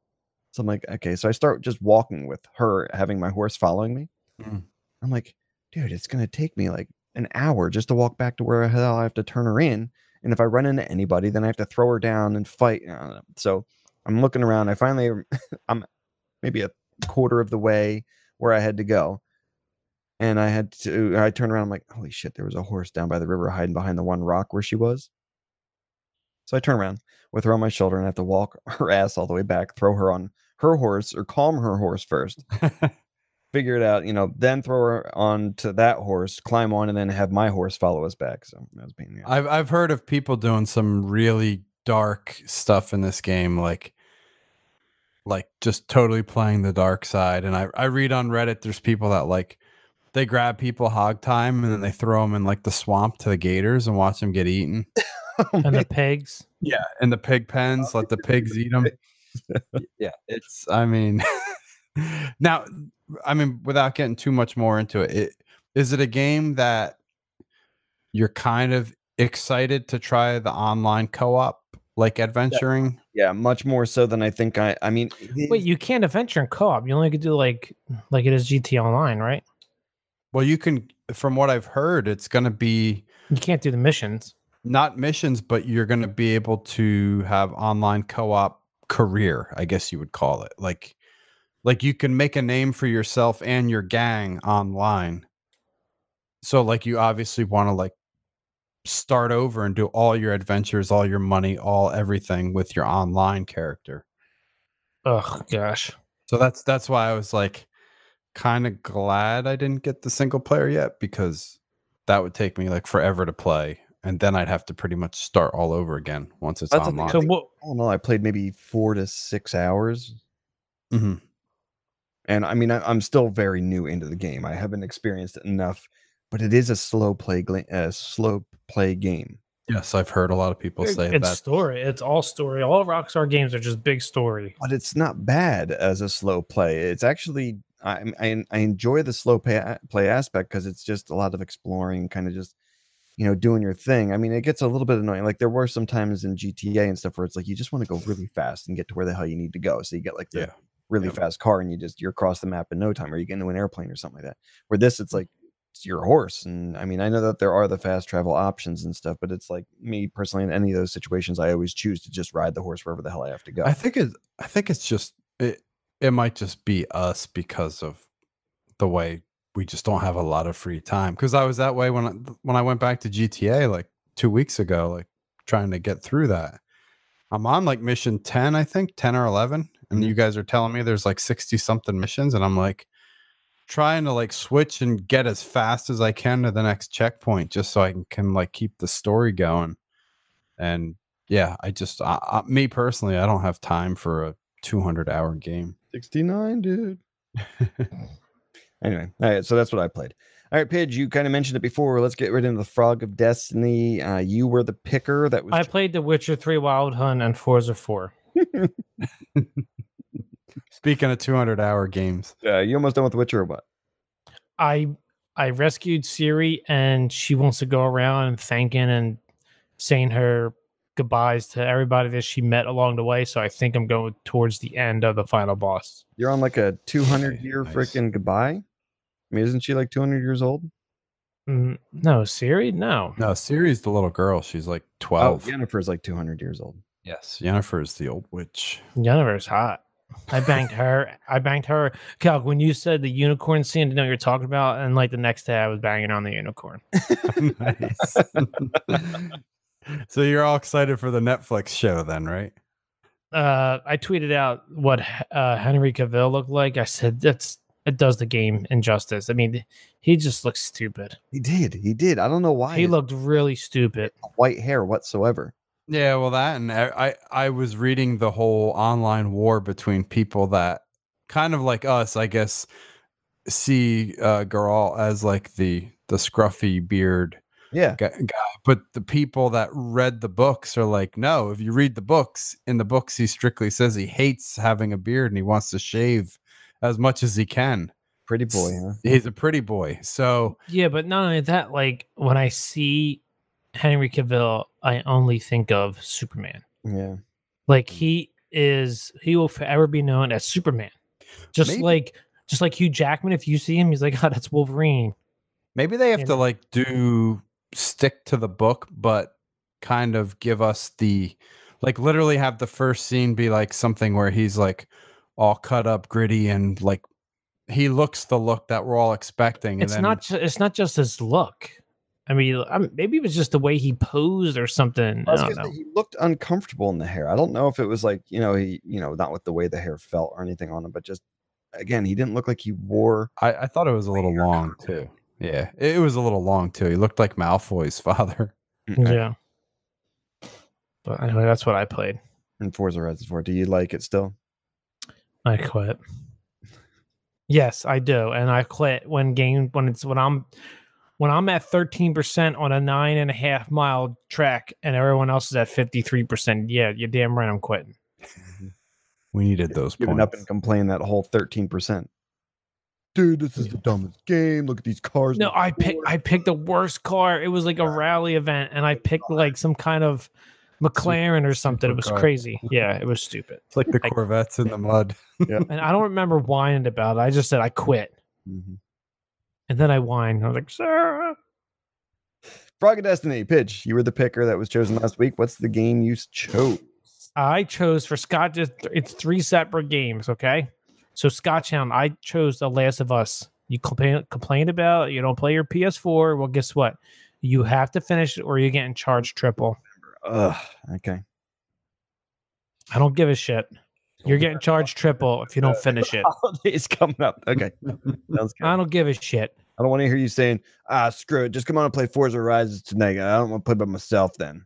So I'm like, okay. So I start just walking with her, having my horse following me.
Mm.
I'm like, dude, it's gonna take me like an hour just to walk back to where the hell I have to turn her in. And if I run into anybody, then I have to throw her down and fight. I don't know. So I'm looking around. I finally, I'm maybe a quarter of the way where I had to go. And I had to, I turned around. I'm like, holy shit, there was a horse down by the river hiding behind the one rock where she was. So I turn around with her on my shoulder and I have to walk her ass all the way back, throw her on her horse or calm her horse first, figure it out, you know, then throw her onto that horse, climb on, and then have my horse follow us back. So that was being
I've I've heard of people doing some really dark stuff in this game, like like just totally playing the dark side. And I I read on Reddit, there's people that like they grab people hog time and then they throw them in like the swamp to the gators and watch them get eaten.
And the pigs.
Yeah, and the pig pens,
Oh,
let the pigs eat them. yeah, it's. I mean, now, I mean, without getting too much more into it, it, is it a game that you're kind of excited to try the online co-op, like adventuring?
Yeah, much more so than I think I. I mean,
Wait, you can't adventure in co-op. You only could do like like it is GT Online, right?
Well, you can, from what I've heard, it's going to be
You can't do the missions.
not missions, but you're going to be able to have online co-op career, I guess you would call it. Like, like you can make a name for yourself and your gang online. So, like, you obviously want to like start over and do all your adventures, all your money, all everything with your online character.
Oh gosh.
So that's that's why I was like kind of glad I didn't get the single player yet because that would take me like forever to play and then I'd have to pretty much start all over again once it's
That's the thing,
online.
So what?
I don't know. I played maybe four to six hours,
Mhm.
and I mean, I, I'm still very new into the game. I haven't experienced it enough, but it is a slow play, gla- uh, slow play game.
Yes, I've heard a lot of people say
it's
that.
story. It's all story. All Rockstar games are just big story.
But it's not bad as a slow play. It's actually I I, I enjoy the slow play, play aspect because it's just a lot of exploring, kind of just you know doing your thing. I mean, it gets a little bit annoying. Like there were some times in GTA and stuff where it's like you just want to go really fast and get to where the hell you need to go. So you get like the
Yeah.
really
Yep.
fast car and you just you're across the map in no time or you get into an airplane or something like that where this
Mm.
it's like it's your horse and i mean i know that there are the fast travel options and stuff but it's like me personally in any of those situations i always choose to just ride the horse wherever the hell i have to go
I think it I think it's just it it might just be us because of the way we just don't have a lot of free time cuz I was that way when I, when I went back to GTA like 2 weeks ago like trying to get through that. I'm on like mission 10 I think, 10 or 11 and you guys are telling me there's like 60 something missions and I'm like trying to like switch and get as fast as I can to the next checkpoint just so I can, can like keep the story going. And yeah, I just I, I, me personally, I don't have time for a 200 hour game.
69 dude anyway all right so that's what i played all right pidge you kind of mentioned it before let's get rid of the frog of destiny uh you were the picker that was
I played The Witcher Three, Wild Hunt, and Forza Four.
Speaking of 200 hour games,
uh, you almost done with the witcher or what
I I rescued Siri, and she wants to go around and thanking and saying her goodbyes to everybody that she met along the way. So I think I'm going towards the end of the final boss.
you're on like a 200
Okay,
year
nice.
freaking goodbye i mean isn't she like 200 years old
Mm, no, Siri, no.
no, Siri's the little girl. She's like
Oh,
12.
Jennifer's like 200 years old.
Yes, Yennefer is the old witch.
Jennifer's hot. I banged her. I banged her. Calc, when you said the unicorn scene, I didn't know what you're talking about, and like the next day, I was banging on the unicorn.
nice. so you're all excited for the Netflix show, then, right?
Uh, I tweeted out what uh, Henry Cavill looked like. I said that's it does the game injustice. I mean, he just looks stupid.
He did. He did. I don't know why.
He
his
looked really stupid.
white hair whatsoever.
Yeah, well, that and e, I, I I was reading the whole online war between people that kind of like us, I guess, see uh, Garal as like the the scruffy beard
Yeah.
guy, guy, but the people that read the books are like, no, if you read the books, in the books he strictly says he hates having a beard and he wants to shave as much as he can.
Pretty boy, huh?
He's a pretty boy, so
Yeah, but not only that, like when I see Henry Cavill, I only think of Superman.
Yeah.
Like he is, he will forever be known as Superman. Just
Maybe.
like, just like Hugh Jackman. If you see him, he's like, oh, that's Wolverine.
Maybe they have
you
to
know?
like do stick to the book, but kind of give us the like literally have the first scene be like something where he's like all cut up, gritty, and like he looks the look that we're all expecting. And
It's
then
not. Ju- it's not just his look. I mean, I'm, maybe it was just the way he posed or something.
I
I
was
don't
gonna
know.
say, he looked uncomfortable in the hair. I don't know if it was like, you know, he, you know, not with the way the hair felt or anything on him, but just again, he didn't look like he wore
I, I thought it was a little long too. Yeah, it it was a little long too. He looked like Malfoy's father.
Mm,
Yeah. But anyway, that's what I played.
in Forza Horizon 4. Do you like it still?
I quit. Yes, I do, and I quit when game when it's when I'm when I'm at thirteen percent on a nine and a half mile track, and everyone else is at fifty three percent. Yeah, you're damn right, I'm quitting.
We needed those
Giving
points.
up and complain that whole 13%. Dude, this is the dumbest game. Look at these cars.
No, I picked I picked the worst car. It was like a rally event, and I picked like some kind of McLaren or something. It was
Supercar.
crazy. Yeah, it was stupid.
It's like the
I-
Corvettes in the mud.
And I don't remember whining about it. I just said I quit.
Mhm.
And then I whined. I was like, Sarah.
Frog of Destiny, pitch. You were the picker that was chosen last week. What's the game you chose?
I chose for Scott. Just it's three separate games. Okay, so Scotchhound, I chose The Last of Us. You complain complained about you don't play your PS4. Well, guess what? You have to finish it, or you're getting charged triple.
Ugh. Okay.
I don't give a shit. You're getting charged triple if you don't finish it.
Holidays coming up. Okay. Sounds good.
I don't give a shit.
I don't want to hear you saying, ah, screw it. Just come on and play Forza Horizons tonight. I don't want to play by myself then.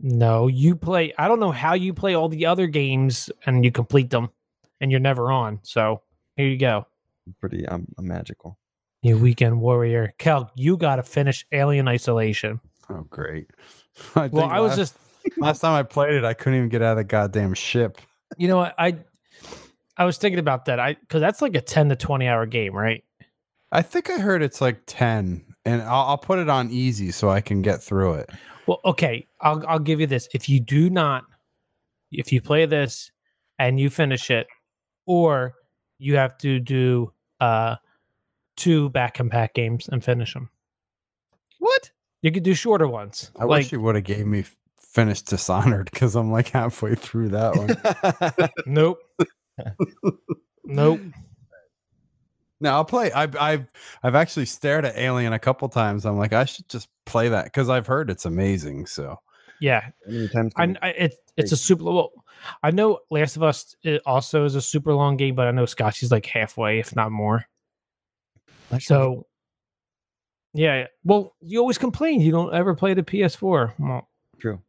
No, you play. I don't know how you play all the other games and you complete them, and you're never on. So here you go.
I'm pretty, I'm, I'm magical.
You weekend warrior, Kel. You got to finish Alien Isolation.
Oh, great. I
Well,
think
I was
last-
just
last time I played it, I couldn't even get out of the goddamn ship.
You know, what, I I was thinking about that. I because that's like a ten to twenty hour game, right?
I think I heard it's like 10, and I'll, I'll put it on easy so I can get through it.
Well, okay, I'll I'll give you this. If you do not, if you play this and you finish it, or you have to do uh two back and pack games and finish them. What? You could do shorter ones.
I
like,
wish you would have gave me f- finished Dishonored because I'm like halfway through that one.
nope. nope.
No, I'll play. I've I've I've actually stared at Alien a couple times. I'm like, I should just play that because I've heard it's amazing. So
Yeah,
How many times
I,
can
I it, it's a super well, I know Last of Us uh, also is a super long game, but I know Scotch is like halfway, if not more.
we-
So, yeah. Well, you always complain you don't ever play the PS4. Well,
True.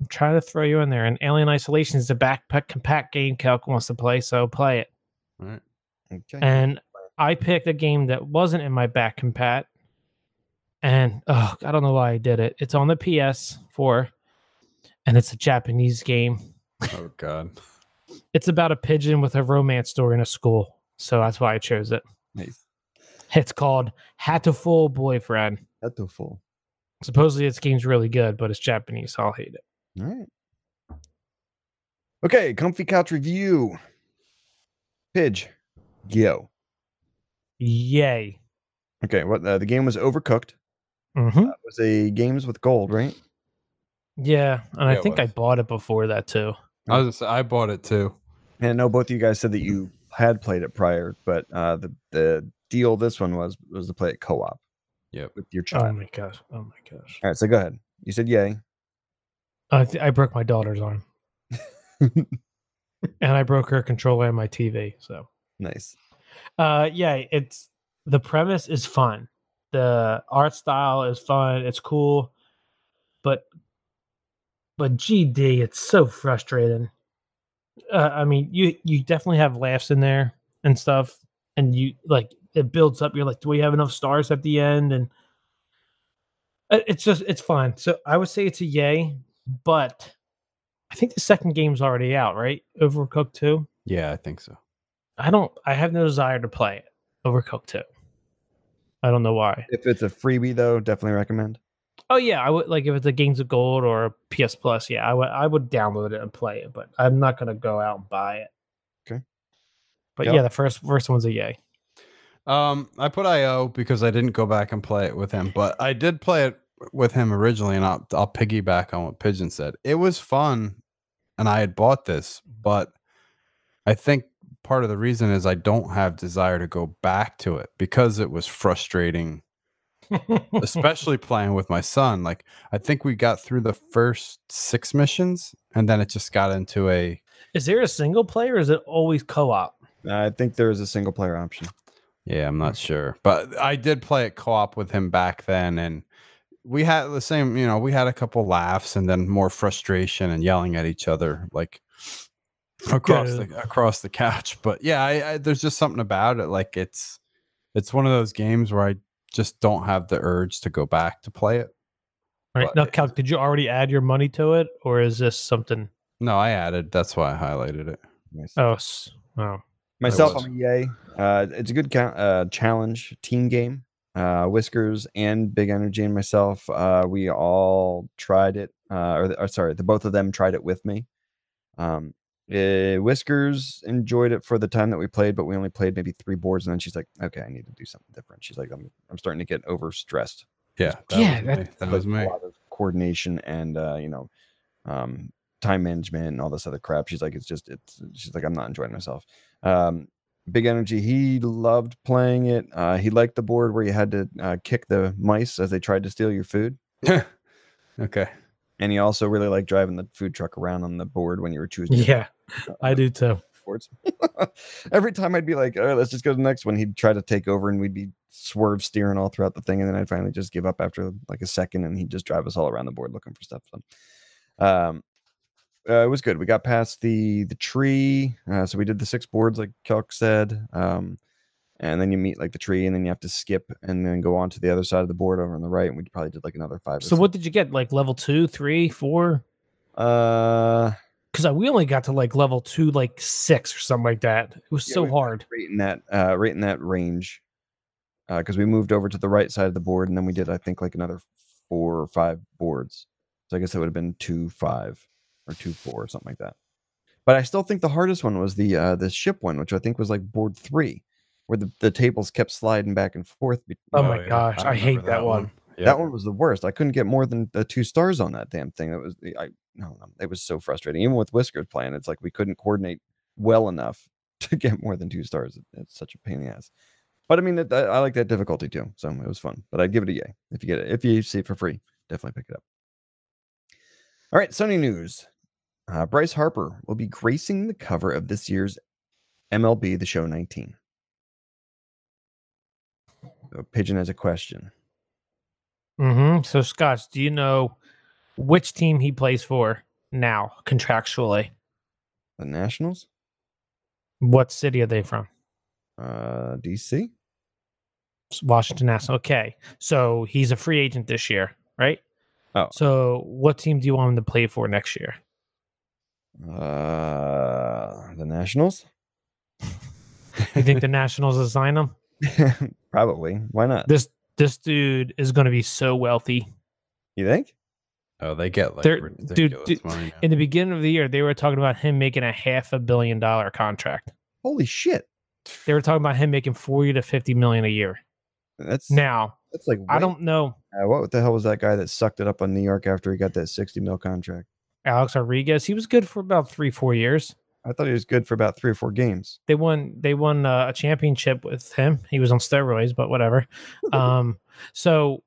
I'm trying to throw you in there. And Alien Isolation is the backpack compact game Calc wants to play, so play it.
all right.
Okay.
And I picked a game that wasn't in my back compat. And oh, I don't know why I did it. It's on the PS4, and it's a Japanese game.
Oh god.
It's about a pigeon with a romance story in a school. So that's why I chose it.
Nice.
It's called Hatoful Boyfriend.
That's a full.
Supposedly this game's really good, but it's Japanese, so I'll hate it.
All right. Okay, comfy couch review. Pidge. Yo.
Yay.
Okay, what uh, the game was overcooked.
hmm
That was a games with gold, right?
Yeah. And
Yeah,
I
it
think I
was.
bought it before that too.
I was gonna say, I bought it too.
And I know both of you guys said that you had played it prior, but uh, the the deal this one was was to play it co-op
Yep.
with your
Oh
child.
my gosh. Oh my gosh.
All right, so go ahead. You said yay.
I, th- I broke my daughter's arm. and I broke her controller and my TV. So
Nice.
Uh, yeah, it's the premise is fun. The art style is fun. It's cool, but but GD, it's so frustrating. Uh, I mean, you you definitely have laughs in there and stuff, and you like it builds up. You're like, do we have enough stars at the end? And it- it's just it's fine. So I would say it's a yay, but I think the second game's already out, right? Overcooked two.
Yeah, I think so.
I don't. I have no desire to play it over Coke Two. I don't know why.
If it's a freebie though, definitely recommend.
Oh yeah, I would like if it's a Games of Gold or a PS Plus. Yeah, I would. I would download it and play it, but I'm not gonna go out and buy it.
Okay.
But
Yep.
yeah, the first first one's a yay.
Um, I put IO because I didn't go back and play it with him, but I did play it with him originally, and I'll, I'll piggyback on what Pigeon said. It was fun, and I had bought this, but I think part of the reason is I don't have desire to go back to it because it was frustrating, especially playing with my son. Like I think we got through the first six missions, and then it just got into a
is there a single player? Or is it always co-op?
I think there is a single player option.
Yeah, I'm
Mm.
not sure, but I did play at co-op with him back then, and we had the same. You know, we had a couple laughs and then more frustration and yelling at each other, like across
Yeah.
the across the couch. But yeah, I, I, there's just something about it. Like it's it's one of those games where I just don't have the urge to go back to play it.
Right
Well,
now,
it-
Calc, did you already add your money to it, or is this something
No, I added. That's why I highlighted it.
Nice.
else? Oh,
Myself,
was.
I'm a yay. Uh, it's a good count, uh, challenge team game. Uh, Whiskers and Big Energy and myself, uh, we all tried it uh, or, the- or sorry, the both of them tried it with me. Um, eh, Whiskers enjoyed it for the time that we played, but we only played maybe three boards, and then she's like, "Okay, I need to do something different." She's like, "I'm I'm starting to get overstressed."
Yeah, that
Yeah,
was
that-
me. That
But
was
a
me.
lot of coordination and uh, you know, um, time management and all this other crap. She's like, "It's just it's." She's like, "I'm not enjoying myself." Um, big energy. He loved playing it. Uh, he liked the board where you had to uh, kick the mice as they tried to steal your food.
okay.
And he also really liked driving the food truck around on the board when you were choosing. your
Yeah, I
on the
do too.
boards. Every time I'd be like, "Oh, let's just go to the next one." He'd try to take over, and we'd be swerve steering all throughout the thing, and then I'd finally just give up after like a second, and he'd just drive us all around the board looking for stuff. So, um, uh, it was good. We got past the the tree, uh, so we did the six boards, like Kelk said. Um, and then you meet like the tree, and then you have to skip, and then go on to the other side of the board over on the right. And we probably did like another five. or
So what did you get? Like level two, three, four?
something. Uh,
Because we only got to like level two, like six or something like that. It was
Yeah,
so
we've got
hard.
right in that uh, right in that range because we moved over to the right side of the board and then we did i think like another four or five boards so i guess that would have been two five or two four or something like that but i still think the hardest one was the uh the ship one which i think was like board three where the, the tables kept sliding back and forth be-
Oh my gosh, I hate
remember
that one.
Yeah.
that one was the worst i couldn't get more than the two stars on that damn thing that was the- i no no, it was so frustrating even with whiskers playing it's like we couldn't coordinate well enough to get more than two stars It- it's such a pain in the ass but i mean that, that- i like that difficulty too so it was fun but i'd give it a yay if you get it if you see it for free definitely pick it up all right sony news uh, bryce harper will be gracing the cover of this year's mlb the show 19 so pigeon has a question
hmm So Scotch, do you know which team he plays for now contractually?
the nationals
What city are they from?
Uh, DC.
S- Washington National. Okay, so he's a free agent this year, right?
Oh.
So what team do you want him to play for next year?
Uh, the Nationals.
You think the Nationals will sign him?
Probably. Why not?
This this dude is going to be so wealthy.
You think?
Oh, they get like
They're-
ridiculous
dude, dude,
money. now.
In the beginning of the year, they were talking about him making a half a billion dollar contract.
Holy shit!
They were talking about him making forty to fifty million a year.
That's
Now
That's like
I
way-
don't know
Uh, what the hell was that guy that sucked it up on New York after he got that sixty mil contract?
Alex Rodriguez. He was good for about three four years.
I thought he was good for about three or four games.
they won they won uh, a championship with him he was on steroids but whatever um so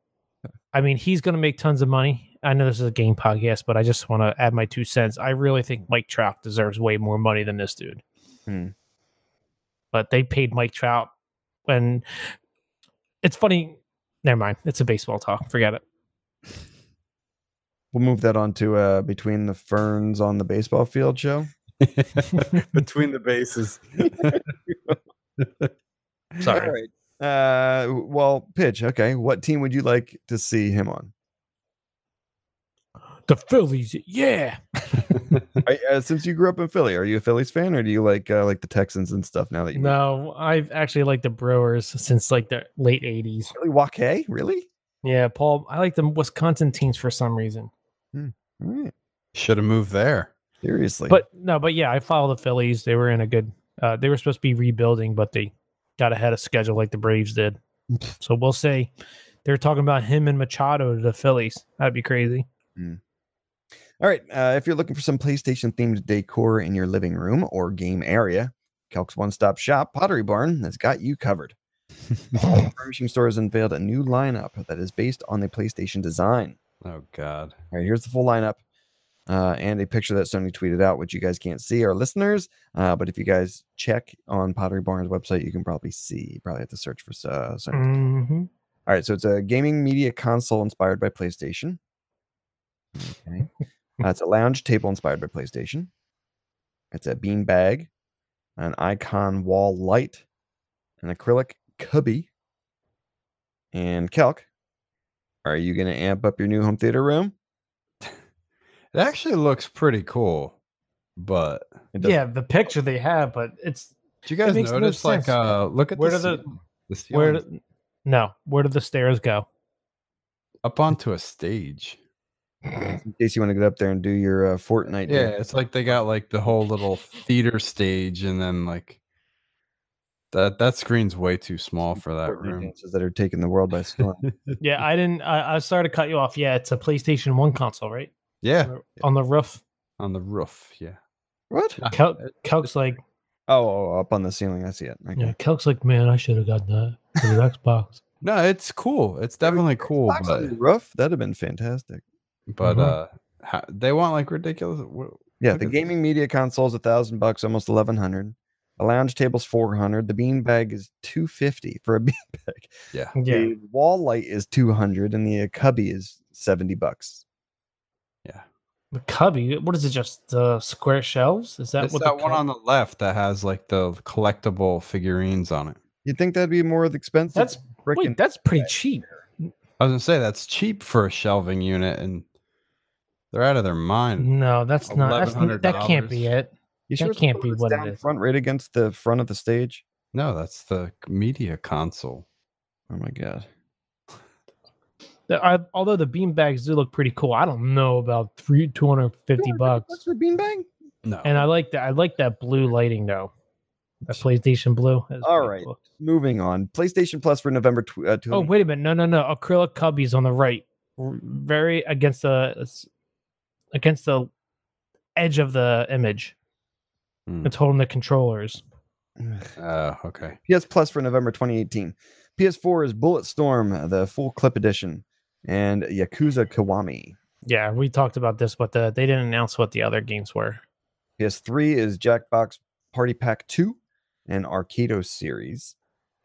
i mean he's going to make tons of money i know this is a game podcast but i just want to add my two cents i really think mike trout deserves way more money than this dude
Hmm.
but they paid mike trout when it's funny never mind it's a baseball talk forget it
We'll move that on to uh, between the ferns on the baseball field show.
Between the bases.
Sorry.
right. Uh, w- well, pitch. Okay, what team would you like to see him on?
the phillies yeah
I, uh, since you grew up in Philly, are you a Phillies fan, or do you like uh, like the Texans and stuff? Now that you moved?
no i've actually liked the brewers since like the late 80s
really, Wake, really?
Yeah, Paul, I like the Wisconsin teams for some reason.
All right.
Should have moved there.
Seriously.
But no, but yeah, I follow the Phillies. They were in a good uh they were supposed to be rebuilding, but they got ahead of schedule like the Braves did. so we'll say they're talking about him and Machado to the Phillies. That'd be crazy.
all right. Uh, if you're looking for some PlayStation themed decor in your living room or game area, Kelk's one stop shop, Pottery Barn, has got you covered. The Furnishing store has unveiled a new lineup that is based on the PlayStation design.
Oh God.
All right, here's the full lineup uh, and a picture that Sony tweeted out, which you guys can't see, our listeners. Uh, but if you guys check on Pottery Barn's website, you can probably see. You probably have to search for uh, Sony.
hmm
All right, so it's a gaming media console inspired by PlayStation. Okay. Uh, it's a lounge table inspired by PlayStation. It's a bean bag, an icon wall light, an acrylic cubby, and calc. Are you going to amp up your new home theater room?
It actually looks pretty cool, but
It doesn't-
Yeah, the picture they have, but it's
do you guys
makes no
notice? like,
sense.
uh, look at
Where
the,
do the-
ceiling. the
where
ceiling's
do- no, where do the stairs go?
up onto a stage.
in case you want to get up there and do your uh, Fortnite.
Yeah,
dance.
it's like they got like the whole little theater stage, and then like that that screen's way too small for that
Fortnite
room.
dances that are taking the world by storm.
Yeah, I didn't. I, I started to cut you off. Yeah, it's a PlayStation One console, right?
yeah,
Or- On the roof.
on the roof. Yeah,
what?
Ah,
Kel- Kelk's like,
Oh, oh, up on the ceiling. I see it. Okay.
yeah, Kelk's like, man, I should have gotten that for the Xbox.
no, it's cool. It's definitely cool,
Xbox
but
on the roof. That'd have been fantastic.
but
Mhm.
uh, ha- they want like ridiculous. What,
Yeah,
Look
the
at this.
gaming media console's a thousand bucks, almost eleven hundred. A lounge table's four hundred. The beanbag is two fifty for a beanbag.
yeah,
Yeah,
The wall light is two hundred, and the uh, cubby is seventy bucks.
the cubby. What is it? Just uh, square shelves? Is that
it's
what
that
the
one
cub-
on the left that has like the collectible figurines on it.
You'd think that'd be more expensive.
That's
than brick
wait.
and-
That's pretty cheap.
I was gonna say that's cheap for a shelving unit, and they're out of their mind.
No, that's not. That's, n- that can't
$1,100.
be it.
you
that
it's the
can't
one
be
that's
what it
down
is.
Front right against the front of the stage.
No, that's the media console.
Oh my god.
The- I, although the beanbags do look pretty cool, I don't know about three two hundred fifty bucks.
for beanbag?
No,
And I like that. I like that blue lighting though. That PlayStation blue. That's
All
pretty
right.
cool.
Moving on. PlayStation Plus for November. Tw- uh,
Oh
200.
wait a minute. No, no, no. Acrylic cubbies on the right, R- very against the it's against the edge of the image.
Hmm.
It's holding the controllers.
Oh, okay.
PS Plus for November 2018. PS4 is Bulletstorm, the full clip edition, and Yakuza Kiwami.
Yeah, we talked about this, but the, they didn't announce what the other games were.
PS3 is Jackbox Party Pack 2 and Arcado series.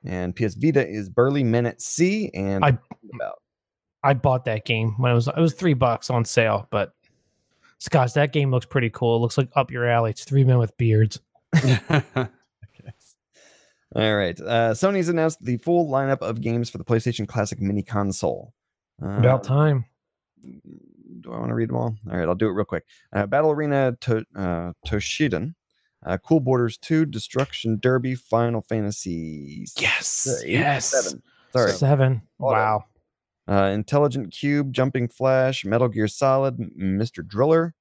And PS Vita is Burly Minute C and
I-
about.
I bought that game when it was it was three bucks on sale, but Scotch, that game looks pretty cool. It looks like up your alley. It's three men with beards.
All right. Uh, Sony's announced the full lineup of games for the PlayStation Classic Mini Console. Uh,
About time.
do I want to read them all? All right, I'll do it real quick. Uh, Battle Arena to, uh, Toshiden, uh, Cool Borders 2, Destruction Derby, Final Fantasy.
Yes.
Eight?
Yes.
Seven. Sorry.
Seven.
Hold on.
Wow.
Uh, Intelligent Cube, Jumping Flash, Metal Gear Solid, M- Mr. Driller,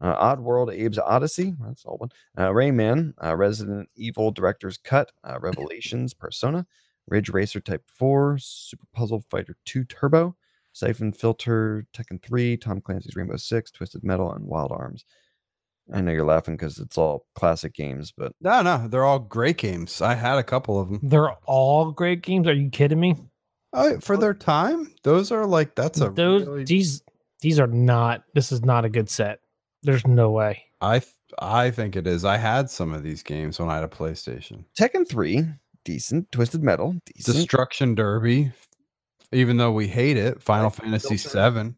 uh, Odd World, Abe's Odyssey. That's all one. Uh, Rayman, uh, Resident Evil Director's Cut, uh, Revelations, Persona, Ridge Racer Type 4, Super Puzzle Fighter 2 Turbo, Siphon Filter, Tekken 3, Tom Clancy's Rainbow Six, Twisted Metal, and Wild Arms. I know you're laughing because it's all classic games, but
no, no, they're all great games. I had a couple of them.
They're all great games. Are you kidding me?
Oh, for their time, those are like that's a
Those
really-
these these are not this is not a good set. There's no way.
I th- I think it is. I had some of these games when I had a PlayStation.
Tekken 3, decent. Twisted Metal, decent.
Destruction Derby, even though we hate it, Final Fantasy VII.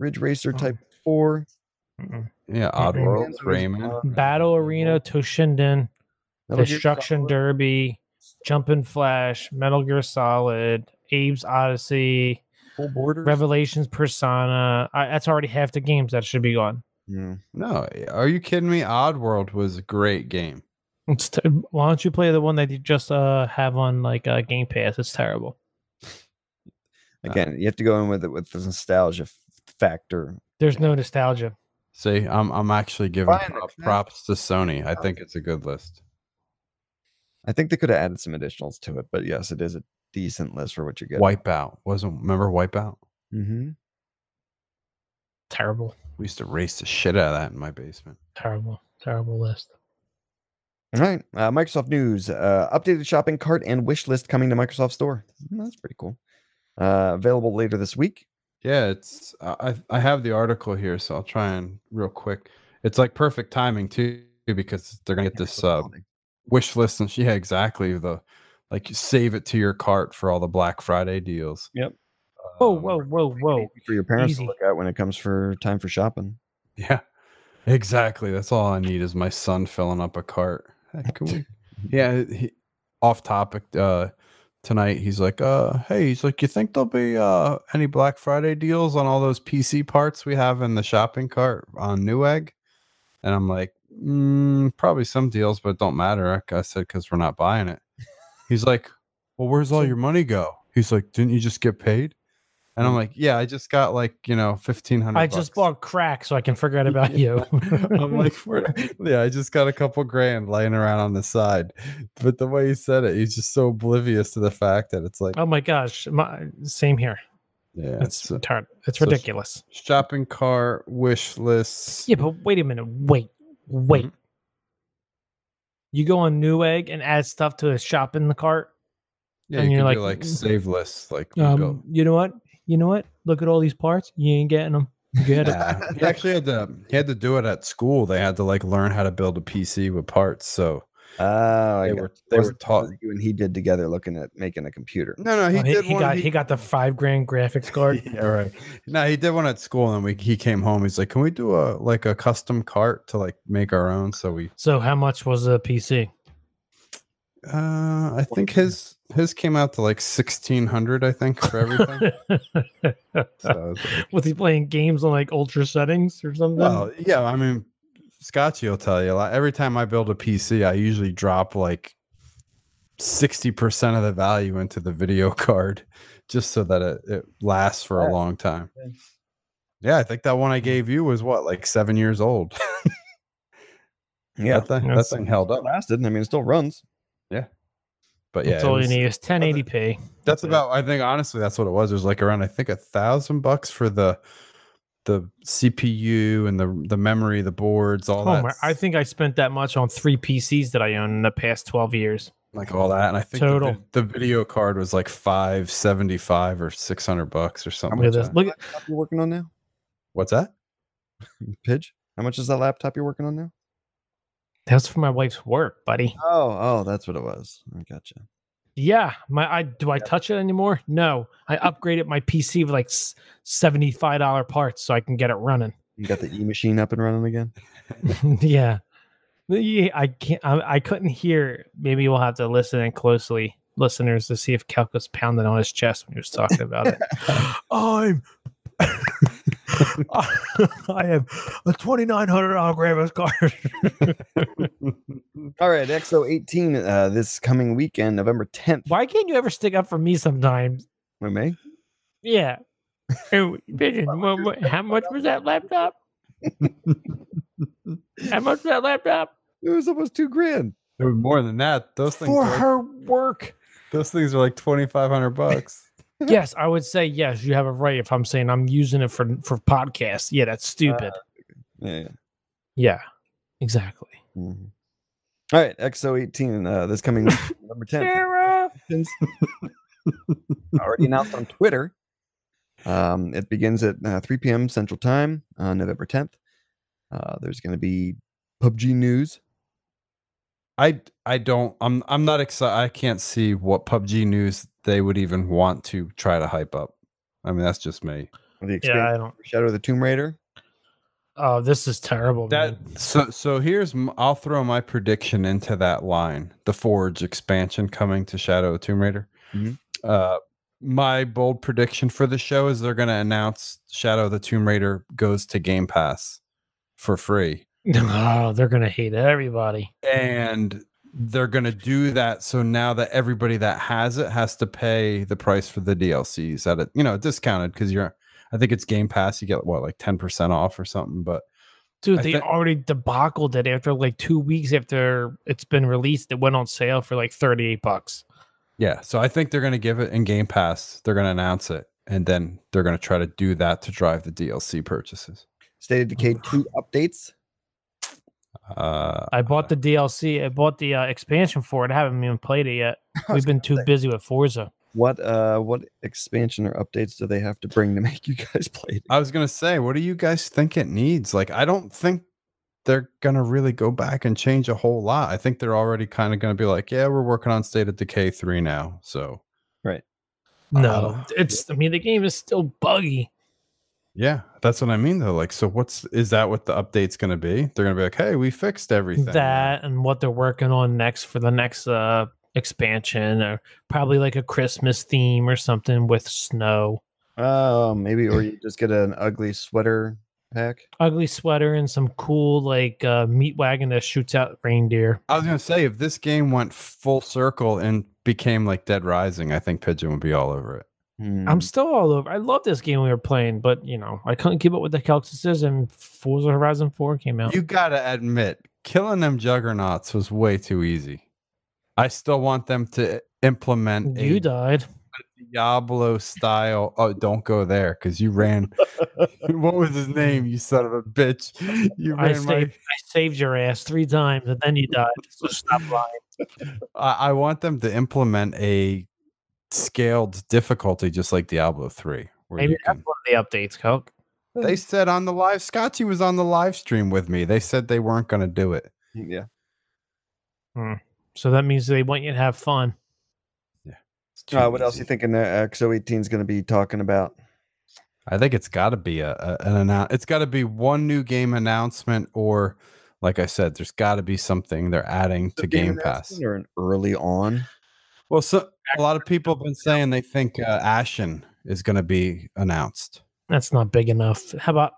Ridge Racer
Oh.
Type 4,
Mm-mm.
Yeah, Oddworld,
Rayman's always
Rayman.
fun.
Battle Arena, Toshinden,
Metal Gear
Destruction
Solid.
Derby, Jumpin' Flash, Metal Gear Solid, Abe's Odyssey.
Full borders.
Revelations, Persona. I, that's already half the games that should be gone.
Yeah.
No, are you kidding me? Oddworld was a great game.
It's t- why don't you play the one that you just uh, have on like uh, Game Pass? It's terrible.
Uh,
Again, you have to go in with it with the nostalgia f- factor.
There's no nostalgia.
See, I'm I'm actually giving
Fine,
prop-
okay.
props to Sony. I think it's a good list.
I think they could have added some additionals to it, but yes, it is a decent list for what you're getting.
Wipeout wasn't. Remember Wipeout?
hmm
Terrible,
We used to race the shit out of that in my basement.
terrible, terrible list.
All right. Uh, Microsoft News uh, updated shopping cart and wish list coming to Microsoft Store. Mm, That's pretty cool. Uh, available later this week.
Yeah, it's I I I have the article here, so I'll try and real quick. It's like perfect timing too, because they're gonna get this uh, wish list and yeah, exactly the like you save it to your cart for all the Black Friday deals.
Yep.
Whoa,
Um,
Oh, whoa, whoa, whoa!
for your parents
easy.
to look at when it comes for time for shopping.
Yeah, exactly. That's all I need is my son filling up a cart. Hey, can we- yeah, he, off topic. Uh, tonight he's like, uh, hey, he's like, you think there'll be uh any Black Friday deals on all those PC parts we have in the shopping cart on Newegg? And I'm like, mm, probably some deals, but it don't matter. I I said because we're not buying it. He's like, well, where's all your money go? He's like, didn't you just get paid? And I'm like, yeah, I just got like, you know, 1500
Mm. I just
bucks."
bought crack so I can forget about you.
I'm like, "Where-" yeah, I just got a couple grand laying around on the side. But the way he said it, he's just so oblivious to the fact that it's like,
oh my gosh, my, same here.
yeah,
That's
it's a
retarded. It's
so-
ridiculous.
shopping cart wish list.
Yeah, but wait a minute. Wait, wait. You go on Newegg and add stuff to a shop in the cart.
Yeah,
and
you
you're
can do
like, "Mm,
like save lists, like we built.
Um, you know what? You know what? Look at all these parts. You ain't getting them. Get it.
Yeah. he actually had to he had to do it at school. They had to like learn how to build a PC with parts. So
Oh, I
they
got-
were they were
wasn't
taught.
something You and he did together, looking at making a computer.
No, no, he,
Oh, He,
did
he
one.
got
he-
he got the five grand graphics card.
yeah, right. No, he did one at school, and we he came home. He's like, "Can we do a like a custom cart to like make our own?" So we,
So how much was a PC?
uh I think his his came out to like sixteen hundred. I think for everything. so it's like,
was he playing games on like ultra settings or something?
well, yeah, I mean, Scotchy will tell you. Like, every time I build a PC, I usually drop like sixty percent of the value into the video card, just so that it, it lasts for a long time. Yeah, I think that one I gave you was what like seven years old.
Yeah,
that thing, that
That's-
thing held
it
up.
lasted. I mean, it still runs.
But yeah,
that's
it
all
was-
you need is 1080p.
that's
it.
about. I think honestly, that's what it was. It was like around I think a thousand bucks for the the CPU and the the memory, the boards, all
Oh
that.
my, I
s-
think I spent that much on three PCs that I own in the past 12 years.
like all that. And I think the
Total.
vid- The, video card was like five seventy five or six hundred bucks or something.
Look at
like
this.
that.
Look at
Laptop You're working on now,
What's that?
Pidge. How much is that laptop you're working on now?
that's for my wife's work, buddy.
Oh, oh, that's what it was. I gotcha.
Yeah, my I do I touch it anymore? No, I upgraded my PC with like s- seventy-five dollar parts so I can get it running.
You got the E machine up and running again.
yeah, yeah, I can't. I, I couldn't hear. Maybe we'll have to listen in closely, listeners, to see if Calcus pounded on his chest when he was talking about it. I'm. I have a twenty nine hundred dollar graphics card.
All right, XO18 uh, this coming weekend, November 10th.
Why can't you ever stick up for me sometimes?
We may.
Yeah. Oh, Pigeon, wha- wha- how much was that laptop? how much was that laptop?
It was almost two grand.
It was more than that. Those things.
For
Were like,
her work.
those things are like twenty five hundred bucks.
Yes, I would say yes, you have a right if I'm saying I'm using it for for podcasts. Yeah, that's stupid.
Yeah. yeah.
yeah. Exactly.
Mhm. All right, XO18 uh, this coming weekend, November 10th. Since- Already announced on Twitter. Um, it begins at uh, 3 p.m. Central Time on November 10th. Uh, there's going to be PUBG news.
I d- I don't I'm I'm not excited. I can't see what PUBG news they would even want to try to hype up. I mean that's just me.
The
Yeah,
experience
I don't.
for Shadow of the Tomb Raider.
Oh, this is terrible.
That
man.
so so here's m- I'll throw my prediction into that line: the Forge expansion coming to Shadow of Tomb Raider.
Mhm.
Uh, my bold prediction for the show is they're going to announce Shadow of the Tomb Raider goes to Game Pass for free.
oh, they're gonna hate everybody.
and they're going to do that so now that everybody that has it has to pay the price for the DLCs at it, you know, discounted because you're I think it's Game Pass, you get what like 10% off or something, but
Dude,
I
they
thi-
already debacled it after like two weeks after it's been released. It went on sale for like thirty-eight bucks.
yeah, so I think they're going to give it in Game Pass. They're going to announce it and then they're going to try to do that to drive the DLC purchases.
State of Decay 2 updates.
Uh
Oh,
I bought the DLC. I bought the uh, expansion for it. I haven't even played it yet.
I was
We've been
gonna
too
say,
busy with Forza.
What uh, what expansion or updates do they have to bring to make you guys play it?
I was going to say, what do you guys think it needs? Like I don't think they're going to really go back and change a whole lot. I think they're already kind of going to be like, yeah, we're working on State of Decay 3 now. So
No,
Uh,
Um, it's. I mean, the game is still buggy.
Yeah, that's what I mean though. Like, so what's is that what the update's going to be? They're going to be like, "Hey, we fixed everything." now."
That and what they're working on next for the next uh expansion, or probably like a Christmas theme or something with snow,
Oh, maybe, or you just get an ugly sweater pack.
ugly sweater, and some cool like uh, meat wagon that shoots out reindeer.
I was going to say if this game went full circle and became like Dead Rising, I think Pigeon would be all over it.
Hmm.
I'm still all over. I love this game we were playing, but you know, I couldn't keep up with the calcuses and Forza Horizon 4 came out.
You gotta admit, killing them juggernauts was way too easy. I still want them to implement
You
a
died.
Diablo style. Oh, don't go there because you ran. what was his name? You son of a bitch! You
I
ran my.
saved, I saved your ass three times and then you died. So stop lying.
I, I want them to implement a scaled difficulty just like Diablo three. where
Maybe
you
that's
can-
one of the updates, Coke.
they
Mm.
said on the live. Scotty was on the live stream with me. They said they weren't going to do it.
Hmm, yeah.
So that means they want you to have fun.
It's
Uh,
too
what else
easy.
you thinking uh, XO18 is going to be talking about?
I think it's got to be a, a an announce. It's got to be one new game announcement, or like I said, there's got to be something they're adding to Game Pass.
or an early on.
Well, so a lot of people have been saying they think uh, Ashen is going to be announced.
That's not big enough. How about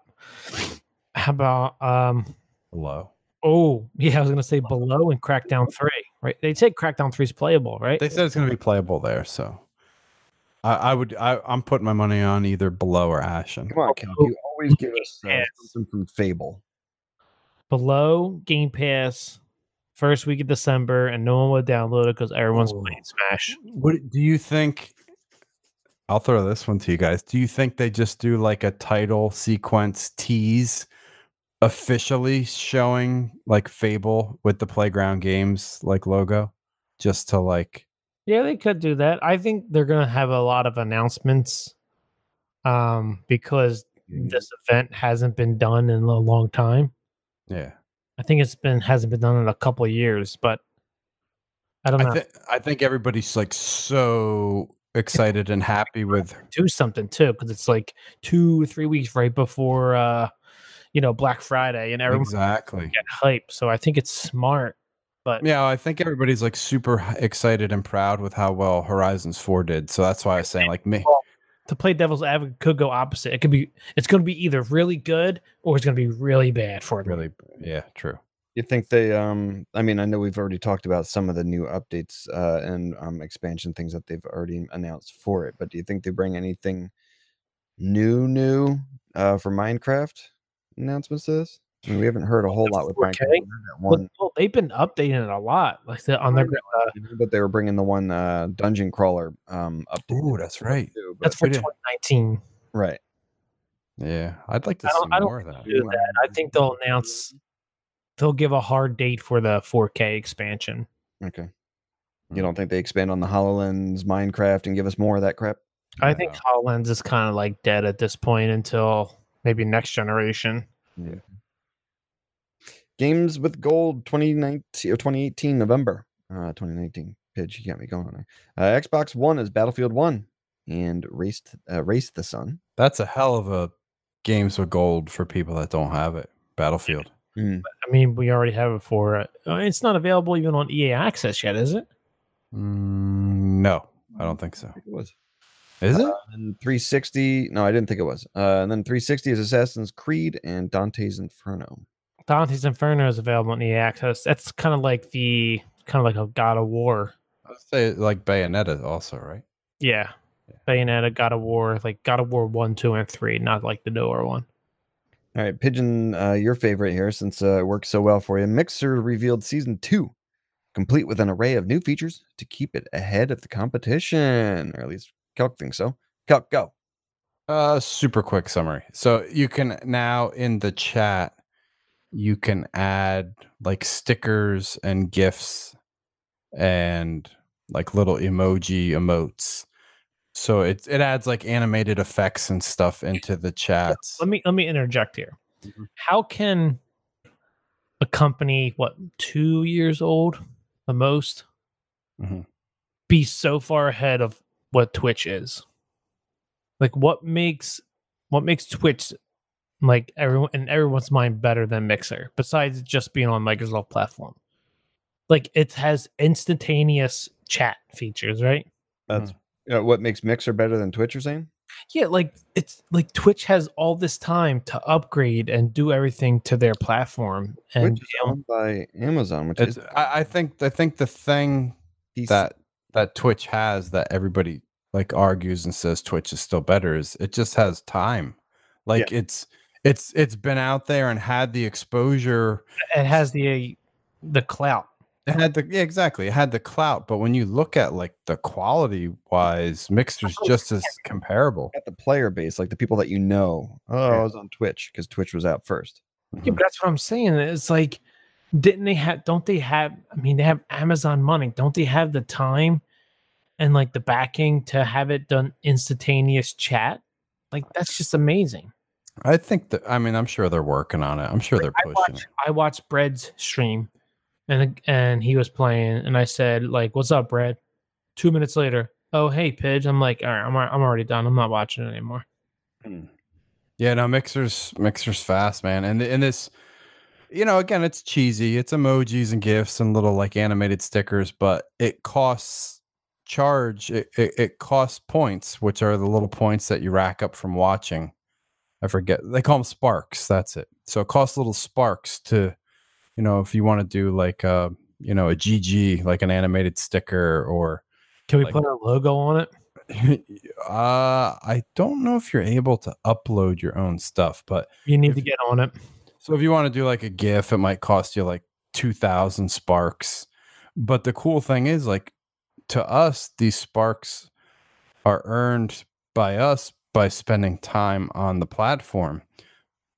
how about um
Hello.
oh yeah, I was gonna say below and crackdown three, right? They said crackdown three's playable, right?
They said it's going to be playable there, so I, I would. I, I'm putting my money on either Below or Ashen.
Come on, Cal. You always give us uh,
Yes.
something from Fable.
below Game Pass first week of December, and no one would download it because everyone's
Ooh.
playing Smash.
What do you think? I'll throw this one to you guys. Do you think they just do like a title sequence tease officially showing like Fable with the playground games like logo just to like
Yeah, they could do that. I think they're gonna have a lot of announcements. Um, because
Mm.
this event hasn't been done in a long time.
yeah.
I think it's been hasn't been done in a couple years, but I don't know.
I, th- I think everybody's like so excited and happy with
do something too because it's like two or three weeks right before uh you know black friday and everyone's
exactly.
get hype so i think it's smart but
Yeah, I think everybody's like super h- excited and proud with how well Horizons 4 did. So that's why I was saying like me
to play devil's advocate could go opposite it could be it's going to be either really good or it's going to be really bad for them.
really yeah, true.
You think they? Um, I mean, I know we've already talked about some of the new updates uh, and um, expansion things that they've already announced for it, but do you think they bring anything new, new uh, for Minecraft announcements? To this? I mean, we haven't heard a whole lot with
4K?
Minecraft. We heard that
Well,
one,
well, they've been updating it a lot like the, on their uh,
but they were bringing the one uh, dungeon crawler um, update.
Ooh, that's right.
too, but-
that's for
we did.
2019
right.
Yeah, I'd like to
I
see
don't- I don't
more of that.
do that i think they'll announce they'll give a hard date for the 4k expansion
Okay. You don't think they expand on the Hololens Minecraft and give us more of that crap?
I think
Yeah.
Hollands is kind of like dead at this point until maybe next generation.
Games with Gold 2019 or 2018 November. Uh 2019. Pidge, you got me going on there. Uh, Xbox One is Battlefield 1 and Race t- uh, Race the Sun.
That's a hell of a games with gold for people that don't have it. Battlefield.
I mean, we already have it for it. Uh, It's not available even on EA Access yet, is it?
Mm, no, I don't think so.
I think it was.
Is it?
Uh, and 360. No, I didn't think it was. Uh, and then 360 is Assassin's Creed and Dante's Inferno.
Dante's Inferno is available on EA Access. That's kind of like the kind of like a God of War.
I'd say like Bayonetta also, right?
Yeah. Bayonetta, God of War, like God of War 1, 2, and 3, not like the newer one.
All right, Pigeon, uh, your favorite here since uh, it works so well for you. Mixer revealed season two, complete with an array of new features to keep it ahead of the competition, or at least Calc thinks so. Calc, go.
Uh, super quick summary. So you can now in the chat, you can add like stickers and gifts and like little emoji emotes. So it it adds like animated effects and stuff into the chat.
Let me let me interject here. How can a company what two years old the most
Mhm.
be so far ahead of what Twitch is? Like what makes what makes Twitch like everyone in everyone's mind better than Mixer besides it just being on Microsoft platform? Like it has instantaneous chat features, right?
That's uh, what makes Mixer better than Twitch, you're saying?
Yeah, like it's like Twitch has all this time to upgrade and do everything to their platform, and
Twitch is owned by Amazon, which
It's,
is
I, I think I think the thing
PC.
that that Twitch has that everybody like argues and says Twitch is still better is it just has time. Like it's it's it's been out there and had the exposure
It has the the clout.
It had the yeah, exactly. It had the clout, but when you look at like the quality wise, Mixer's
Oh,
just as comparable.
At the player base, like the people that you know. Oh, I was on Twitch because Twitch was out first.
Yeah, but that's what I'm saying. It's like, didn't they have? Don't they have? I mean, they have Amazon money. Don't they have the time and like the backing to have it done instantaneous chat? Like that's just amazing.
I think that I mean I'm sure they're working on it. I'm sure they're
I
pushing
watched,
it.
I watched Bread's stream, and and he was playing, and I said like, "What's up, Bread?" Two minutes later, "Oh hey, Pidge." I'm like, "All right, I'm al- I'm already done. I'm not watching it anymore."
Yeah, no, Mixer's Mixer's fast, man. And and this you know, again, it's cheesy. It's emojis and gifs and little like animated stickers, but it costs charge it, it, it costs points, which are the little points that you rack up from watching. I forget. They call them sparks. That's it. So it costs little sparks to, you know, if you want to do like uh, you know, a GG, like an animated sticker or
Can we
Like-
put our logo on it?
uh, I don't know if you're able to upload your own stuff, but
You need
If
to get on it.
so if you want to do like a GIF, it might cost you like 2,000 sparks. But the cool thing is, like to us, these sparks are earned by us by spending time on the platform.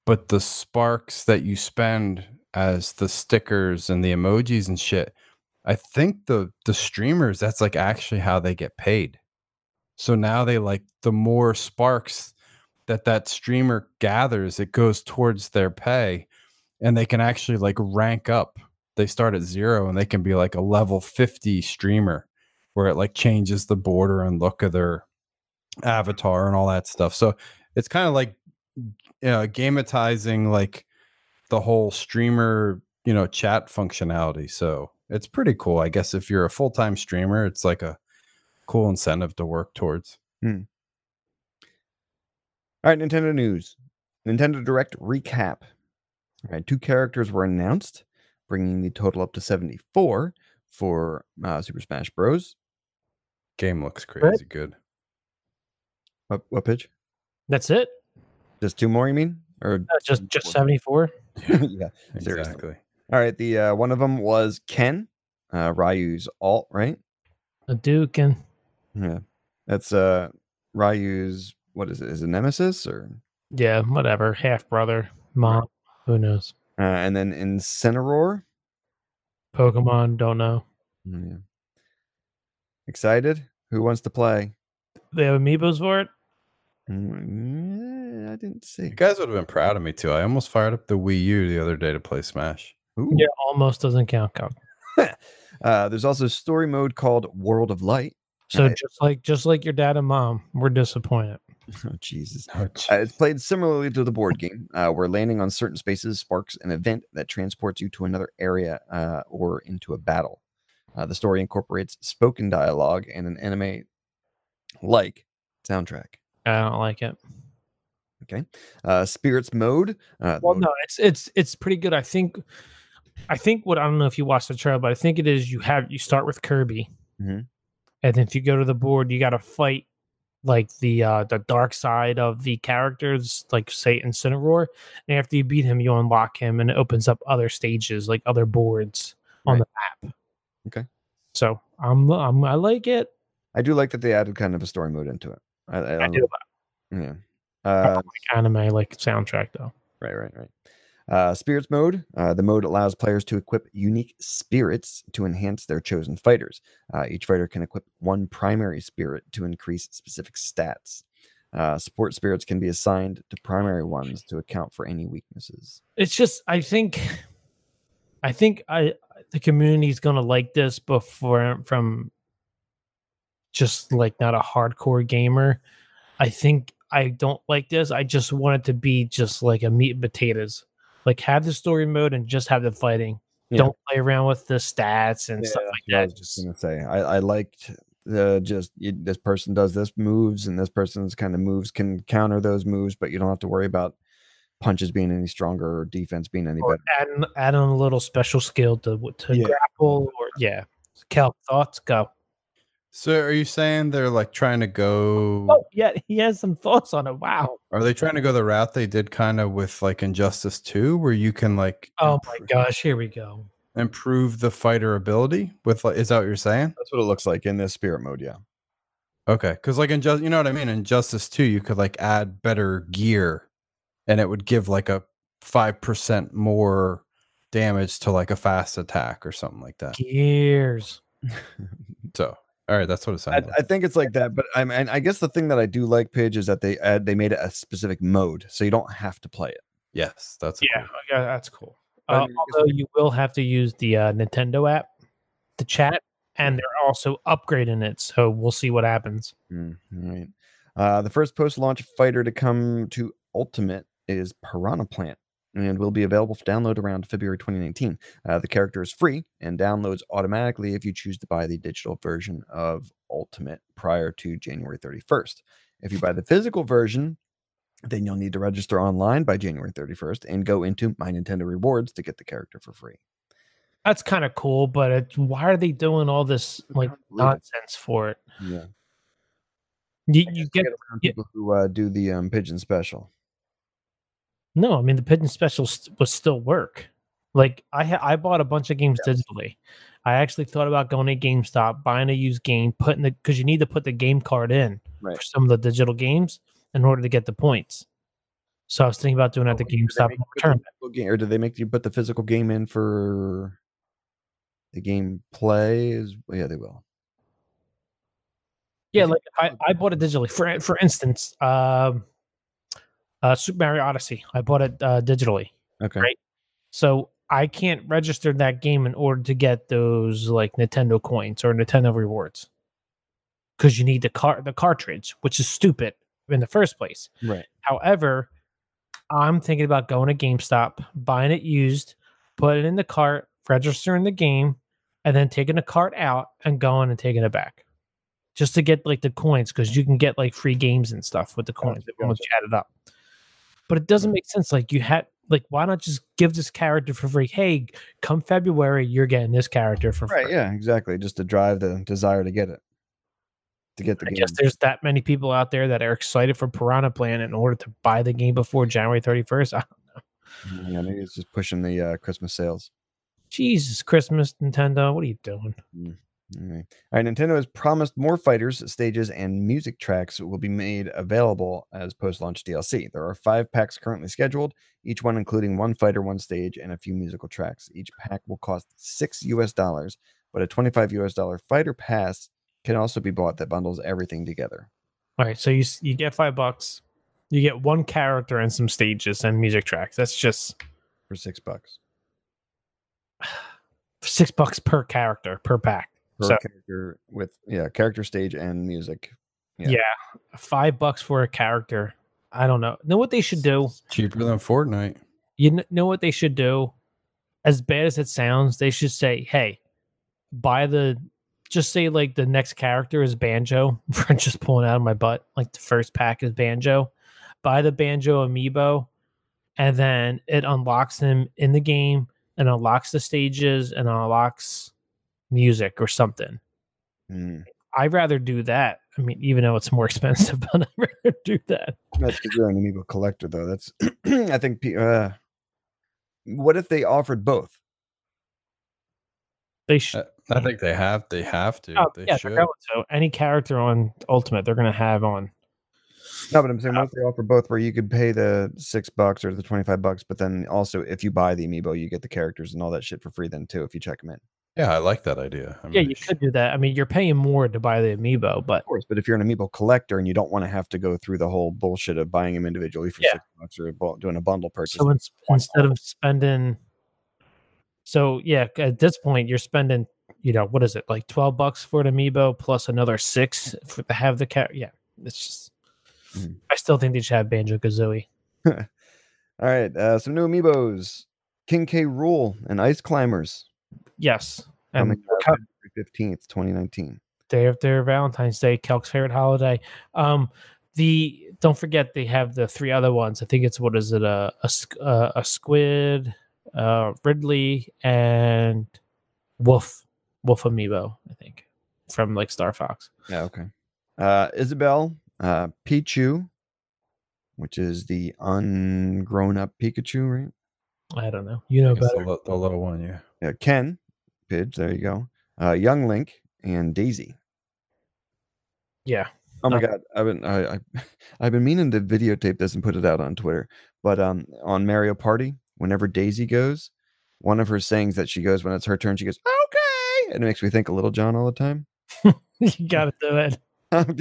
But the sparks that you spend as the stickers and the emojis and shit, I think the the streamers that's like actually how they get paid. So now they like the more sparks that that streamer gathers it goes towards their pay and they can actually like rank up they start at zero and they can be like a level 50 streamer where it like changes the border and look of their avatar and all that stuff so it's kind of like you know, gamatizing like the whole streamer you know chat functionality so it's pretty cool i guess if you're a full-time streamer it's like a cool incentive to work towards
All right, Nintendo news. Nintendo Direct recap. All right, two characters were announced, bringing the total up to 74 for uh, Super Smash Bros.
game looks crazy good
What, what pitch?
That's it.
Just two more, you mean? Or
Uh, just just seventy four.
yeah. Seriously.
exactly
All right. The uh, one of them was Ken, uh, Ryu's alt, right?
The Duke and
Yeah. That's uh, Ryu's. What is it? Is it Nemesis or?
yeah, whatever. Half brother, mom, who knows?
Uh, and then Incineroar.
Pokemon, don't know.
Mm, Yeah. Excited? Who wants to play?
They have amiibos for it.
Mm, yeah, I didn't see.
You guys would have been proud of me too. I almost fired up the Wii U the other day to play Smash.
Ooh.
Yeah, almost doesn't count. Kyle.
Uh, there's also a story mode called World of Light.
So
Right.
just like just like your dad and mom, we're disappointed.
Oh, Jesus.
Oh,
Uh, it's played similarly to the board game, uh, where landing on certain spaces sparks an event that transports you to another area uh, or into a battle. Uh, the story incorporates spoken dialogue and an anime like soundtrack.
I don't like it.
Uh, spirits mode. Uh,
Well,
mode-
no, it's it's it's pretty good. I think I think what I don't know if you watched the trailer, but I think it is you have you start with Kirby,
Mhm.
and then if you go to the board, you got to fight like the uh the dark side of the characters, like say Incineroar. And after you beat him, you unlock him, and it opens up other stages, like other boards on the map.
Okay.
So I'm, I'm I like it.
I do like that they added kind of a story mode into it. I, I,
I
don't
do like
know. Yeah. Uh,
anime like soundtrack though.
Right, right, right. Uh, spirits mode. Uh, the mode allows players to equip unique spirits to enhance their chosen fighters. Uh, each fighter can equip one primary spirit to increase specific stats. Uh, support spirits can be assigned to primary ones to account for any weaknesses.
it's just I think I think I the community is gonna like this before from just like not a hardcore gamer. I think I don't like this. I just want it to be just like a meat and potatoes. Like have the story mode and just have the fighting.
Yeah.
Don't play around with the stats and stuff like
I
that.
was just gonna say. I, I liked the just you, this person does this moves and this person's kind of moves can counter those moves, but you don't have to worry about punches being any stronger or defense being any
or
better.
add, in- add on a little special skill to, to
Yeah.
grapple or yeah. Cal, thoughts go.
So are you saying they're like trying to go?
Oh, yeah, he has some thoughts on it. Wow.
Are they trying to go the route they did kind of with like Injustice 2 where you can like
Oh my
impro-
gosh, here we go.
improve the fighter ability with like is that what you're saying?
That's what it looks like in this spirit mode. Yeah.
Okay, cuz like in just you know what I
Mm.
mean, in Justice 2 you could like add better gear and it would give like a 5% more damage to like a fast attack or something like that.
Gears.
So, all right, that's what it
I,
sounds
I
like.
think it's like that, but I mean, I guess the thing that I do like, Paige, is that they add, they made it a specific mode, so you don't have to play it.
Yes, that's a
Yeah,
cool-
yeah, that's cool.
I
Uh,
mean, I guess-
although you will have to use the uh, Nintendo app, the chat, and they're also upgrading it, so we'll see what happens.
Mm, all right. Uh, the first post-launch fighter to come to Ultimate is Piranha Plant, and will be available for download around February 2019. Uh, the character is free and downloads automatically if you choose to buy the digital version of Ultimate prior to January 31st. If you buy the physical version, then you'll need to register online by January 31st and go into My Nintendo Rewards to get the character for free.
That's kind of cool, but it's, why are they doing all this like nonsense for it?
Yeah,
You,
I
you
guess to
get
around
yeah.
people who uh, do the um, pigeon special.
no. I mean, the pigeon special st- was still work. Like I ha- I bought a bunch of games digitally. I actually thought about going to GameStop, buying a used game, putting the because you need to put the game card in
Right.
for some of the digital games in order to get the points. So I was thinking about doing it at the
Oh, do they
GameStop
make
and
you put the
return.
physical game- or do they make you put the physical game in for the game play? Is well, yeah, they will.
Yeah,
If you
like I, I bought it digitally. For for instance, um, uh, Super Mario Odyssey. I bought it uh, digitally,
Okay.
Right. so I can't register that game in order to get those like Nintendo coins or Nintendo rewards because you need the car the cartridge, which is stupid in the first place.
Right.
However, I'm thinking about going to GameStop, buying it used, putting it in the cart, registering the game, and then taking the cart out and going and taking it back. Just to get like the coins, because you can get like free games and stuff with the coins
Gotcha, Mm-hmm.
once you add it up. But it doesn't make sense. Like you had like why not just give this character for free? Hey, come February, you're getting this character for
Right.
free.
Yeah. Exactly. Just to drive the desire to get it, to get the
I
game.
guess there's that many people out there that are excited for Piranha Plan in order to buy the game before January 31st.
Mm, Yeah. Maybe it's just pushing the uh, Christmas sales.
Jesus, Christmas, Nintendo, what are you doing?
All right. All right. Nintendo has promised more fighters, stages, and music tracks will be made available as post-launch DLC. There are five packs currently scheduled, each one including one fighter, one stage, and a few musical tracks. Each pack will cost six US dollars, but a 25 US dollar fighter pass can also be bought that bundles everything together.
All right, so you s- you get five bucks, you get one character and some stages and music tracks. That's just
For six bucks
six bucks per character per pack.
per
So-
character with yeah character stage and music. Yeah.
Yeah. five bucks for a character. I don't know. Know what they should do?
cheaper than Fortnite.
You kn- know what they should do? As bad as it sounds, they should say, "Hey, buy the." Just say like the next character is banjo. For just pulling out of my butt, like the first pack is banjo. Buy the banjo amiibo, and then it unlocks him in the game, and unlocks the stages, and unlocks music or something.
Mm.
I'd rather do that. I mean, even though it's more expensive, but I'd rather do that.
That's 'cause you're an amiibo collector though. That's I think. pe- Uh, what if they offered both?
They should.
I, I think they have they have to.
Oh,
they
yeah, they're
should.
going to. Any character on Ultimate, they're going to have on.
No, but I'm saying
Uh,
once they offer both, where you could pay the six bucks or the twenty five bucks, but then also if you buy the amiibo, you get the characters and all that shit for free then too if you check them in. Of
Yeah, I like that idea. I
Yeah,
mean,
you
sh-
could do that. I mean, you're paying more to buy the amiibo, but
course, but if you're an amiibo collector and you don't want to have to go through the whole bullshit of buying them individually for
Yeah.
six bucks or bu- doing a bundle purchase,
so in,
one
instead of spending, so yeah, at this point you're spending, you know, what is it like twelve bucks for an amiibo plus another six for to have the cat. Yeah, it's just.
Mhm.
I still think they should have Banjo Kazooie.
all right, uh, some new amiibos, King K. Rule and Ice Climbers
Yes, and
coming
Cal-
fifteenth, twenty nineteen.
day after Valentine's Day, Kelk's favorite holiday. Um, the don't forget they have the three other ones. I think it's what is it a a, sq- uh, a squid, uh, Ridley, and Wolf Wolf Amiibo. I think from like Star Fox.
Yeah, okay. Uh, Isabel, uh, Pichu, which is the ungrown up Pikachu, right?
I don't know. You know
It's
better.
the, lo- the low one, yeah.
Yeah, uh, Ken, Pidge, there you go. Uh, Young Link and Daisy.
Yeah.
Oh my
Okay.
god, I've been I, I I've been meaning to videotape this and put it out on Twitter. But um on Mario Party, whenever Daisy goes, one of her sayings that she goes when it's her turn, she goes, "Okay," and it makes me think of Little John all the time.
you gotta do it.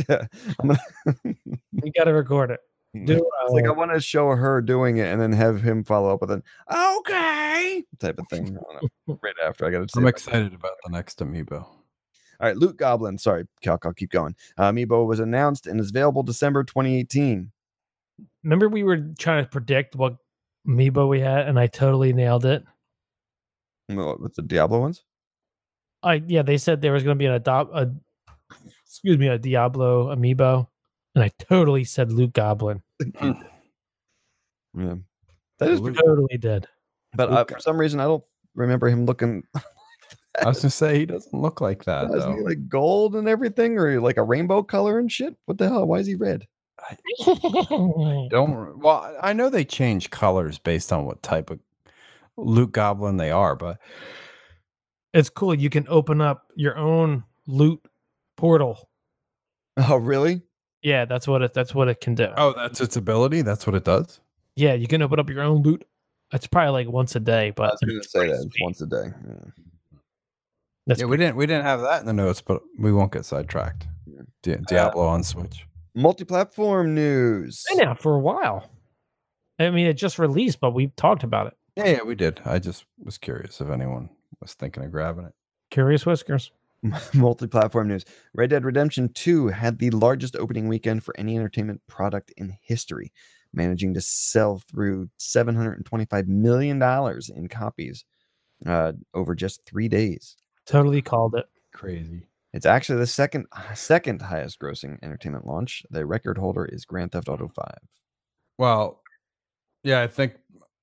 yeah, I'm gonna,
You gotta record it. Do
it's like I
uh,
want to show her doing it and then have him follow up with an "Okay" type of thing. I don't know, right after I got to.
I'm excited about the next amiibo.
All right, Loot Goblin. Sorry, Calc. I'll keep going. Uh, Amiibo was announced and is available December 2018.
remember we were trying to predict what Amiibo we had, and I totally nailed it.
Well, With the Diablo ones.
I yeah, they said there was going to be an adopt a excuse me a Diablo amiibo, and I totally said Luke Goblin.
Yeah, that is.
Loot
pretty-
Totally did.
But uh, for some reason, I don't remember him looking.
I was gonna say he doesn't look like that
Isn't
though.
he like gold and everything, or like a rainbow color and shit? What the hell? Why is he red?
Don't re- well, I know they change colors based on what type of loot goblin they are, but
it's cool. You can open up your own loot portal.
Oh, really?
Yeah, that's what it. That's what it can do.
oh, that's its ability. That's what it does.
Yeah, you can open up your own loot. It's probably like once a day,
I
but
was gonna
it's
say
pretty
that
sweet.
once a day. Yeah.
That's
yeah, we didn't we didn't have that in the notes, but we won't get sidetracked.
Yeah.
Uh,
Di- Diablo on Switch.
Multi-platform news.
been out for a while. I mean, it just released, but we talked about it.
Yeah, yeah, we did. I just was curious if anyone was thinking of grabbing it.
Curious Whiskers.
Multi-platform news. Red Dead Redemption 2 had the largest opening weekend for any entertainment product in history, managing to sell through 725 million dollars in copies uh, over just three days.
Totally called it.
Crazy.
It's actually the second second highest grossing entertainment launch. The record holder is Grand Theft Auto 5
Well, yeah, I think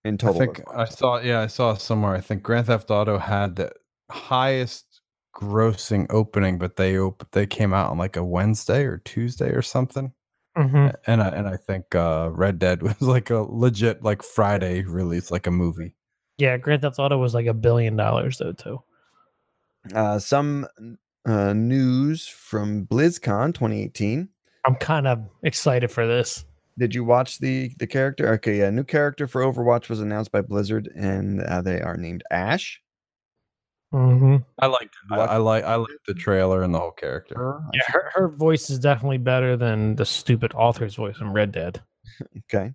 in total.
I think I saw. Yeah, I saw somewhere. I think Grand Theft Auto had the highest grossing opening, but they op- they came out on like a Wednesday or Tuesday or something.
Mhm.
A- And I and I think uh, Red Dead was like a legit like Friday release, like a movie.
Yeah, Grand Theft Auto was like a billion dollars though too.
Uh, some uh, news from BlizzCon 2018.
I'm kind of excited for this.
Did you watch the the character? Okay, a new character for Overwatch was announced by Blizzard, and uh, they are named Ash.
Mm-hmm.
I liked. I,
Watch-
I like. I liked the trailer and the whole character.
Her, I
Yeah, her, her voice is definitely better than the stupid author's voice from Red Dead.
should- Okay.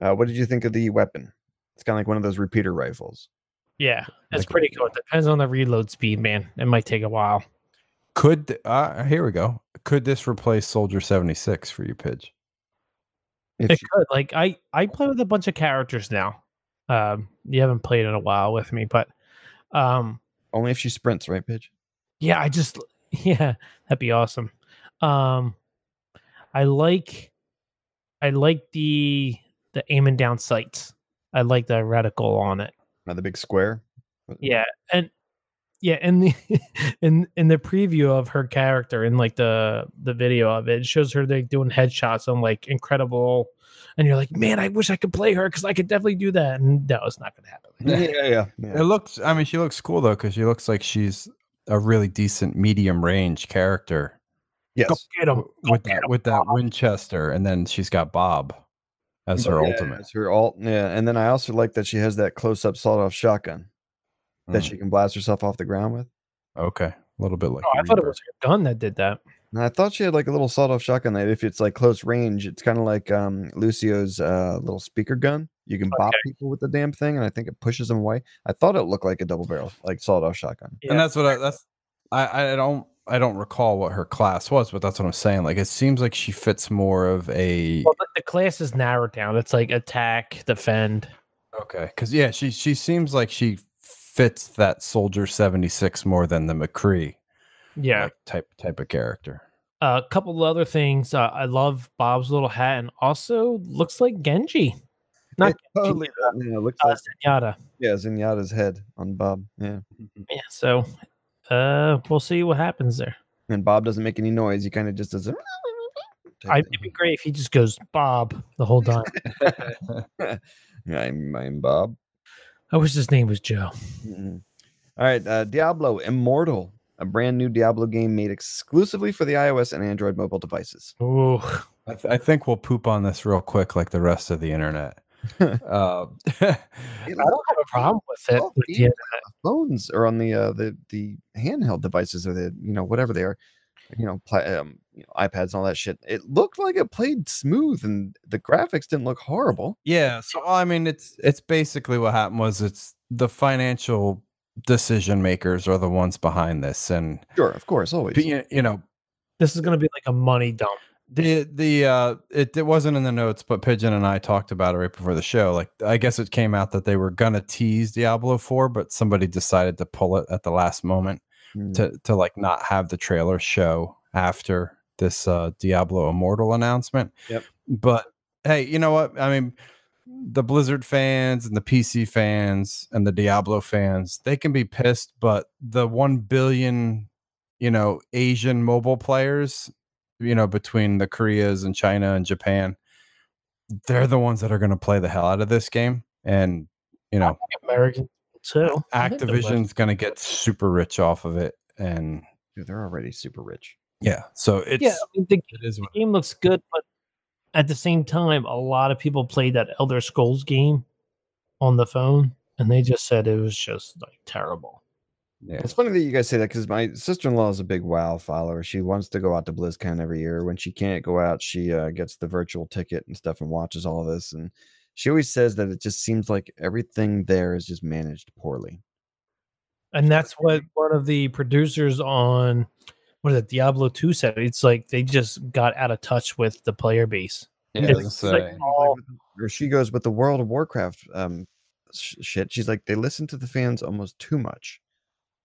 Uh, what did you think of the weapon? It's kind of like one of those repeater rifles.
Yeah, it's
Like-
pretty cool. It depends on the reload speed, man. It might take a while.
Could th- uh, here we go. Could this replace Soldier seventy six for you, Pidge?
If
It
you-
could. Like I, I play with a bunch of characters now. Um, you haven't played in a while with me, but um,
only if she sprints, right, Pidge?
yeah i just yeah that'd be awesome um i like i like the the aiming down sights i like the reticle on it
Not the big square. What-
yeah and yeah and the in in the preview of her character in like the the video of it, it shows her like doing headshots on like incredible and you're like man i wish i could play her because i could definitely do that and no it's not gonna happen
Yeah, yeah, yeah. yeah.
It looks. I mean, she looks cool though, because she looks like she's a really decent medium range character.
go
Yes.
get 'em,
w-
go
with
get
that
'em,
with that
Bob.
Winchester, and then she's got Bob as her
Yeah,
ultimate.
It's her alt. Yeah. And then I also like that she has that close up sawed off shotgun that
Mm,
she can blast herself off the ground with.
okay, a little bit like.
No, Oh, i thought it
Reaper.
was her gun that did that
And I thought she had like a little sawed off shotgun that if it's like close range, it's kind of like um, Lucio's uh, little speaker gun. You can bop people with the damn thing, and I think it pushes them away. I thought it looked like a double barrel, like sawed off shotgun.
Yeah.
and that's what I, that's. I I don't I don't recall what her class was, but that's what I'm saying. Like, it seems like she fits more of a
Well, the, the class is narrowed down. It's like attack, defend.
okay, because yeah, she she seems like she fits that Soldier 76 more than the McCree
Yeah.
like, type type of character.
A couple other things. Uh, I love Bob's little hat, and also looks like Genji. Not
It totally does. Yeah, it looks
Uh,
like
Zenyatta.
yeah, Zenyatta's head on Bob. Yeah,
Yeah. So, uh, we'll see what happens there.
and Bob doesn't make any noise. He kind of just does. a
I, it'd be great if he just goes Bob the whole time.
I'm, I'm Bob.
I wish his name was Joe.
Mhm. All right, uh, Diablo Immortal, a brand new Diablo game made exclusively for the iOS and Android mobile devices.
Oh,
I, th- I think we'll poop on this real quick, like the rest of the internet. uh,
It
I don't have a problem with it.
Oh,
with the
yeah.
internet.
phones or on the uh, the the handheld devices or the you know whatever they are, you know, pla- um, you know iPads and all that shit. It looked like it played smooth and the graphics didn't look horrible.
yeah, so I mean, it's it's basically what happened was it's the financial decision makers are the ones behind this, and
Sure, of course, always.
you you know
This is going to be like a money dump.
the the uh it, it wasn't in the notes but pigeon and i talked about it right before the show like i guess it came out that they were gonna tease diablo 4 but somebody decided to pull it at the last moment
Mm.
to to like not have the trailer show after this uh diablo immortal announcement
Yep.
but hey you know what i mean the blizzard fans and the pc fans and the diablo fans they can be pissed but the 1 billion you know asian mobile players you know, between the Koreas and China and Japan, they're the ones that are going to play the hell out of this game. And, you know,
American too. I think they're worth it.
Activision's going to get super rich off of it. And
Dude, they're already super rich.
yeah, so it's,
yeah, I mean, the
it is what
game looks good, but at the same time, a lot of people played that Elder Scrolls game on the phone, and they just said it was just like terrible.
yeah.
It's funny that you guys say that because my sister in law is a big WoW follower. She wants to go out to BlizzCon every year. When she can't go out, she uh, gets the virtual ticket and stuff and watches all this. And she always says that it just seems like everything there is just managed poorly.
And that's what one of the producers on what is it, Diablo 2 said. It's like they just got out of touch with the player base.
Yeah,
It's
that's,
like
uh,
all-
Or she goes with the World of Warcraft um, sh- shit. She's like, they listen to the fans almost too much.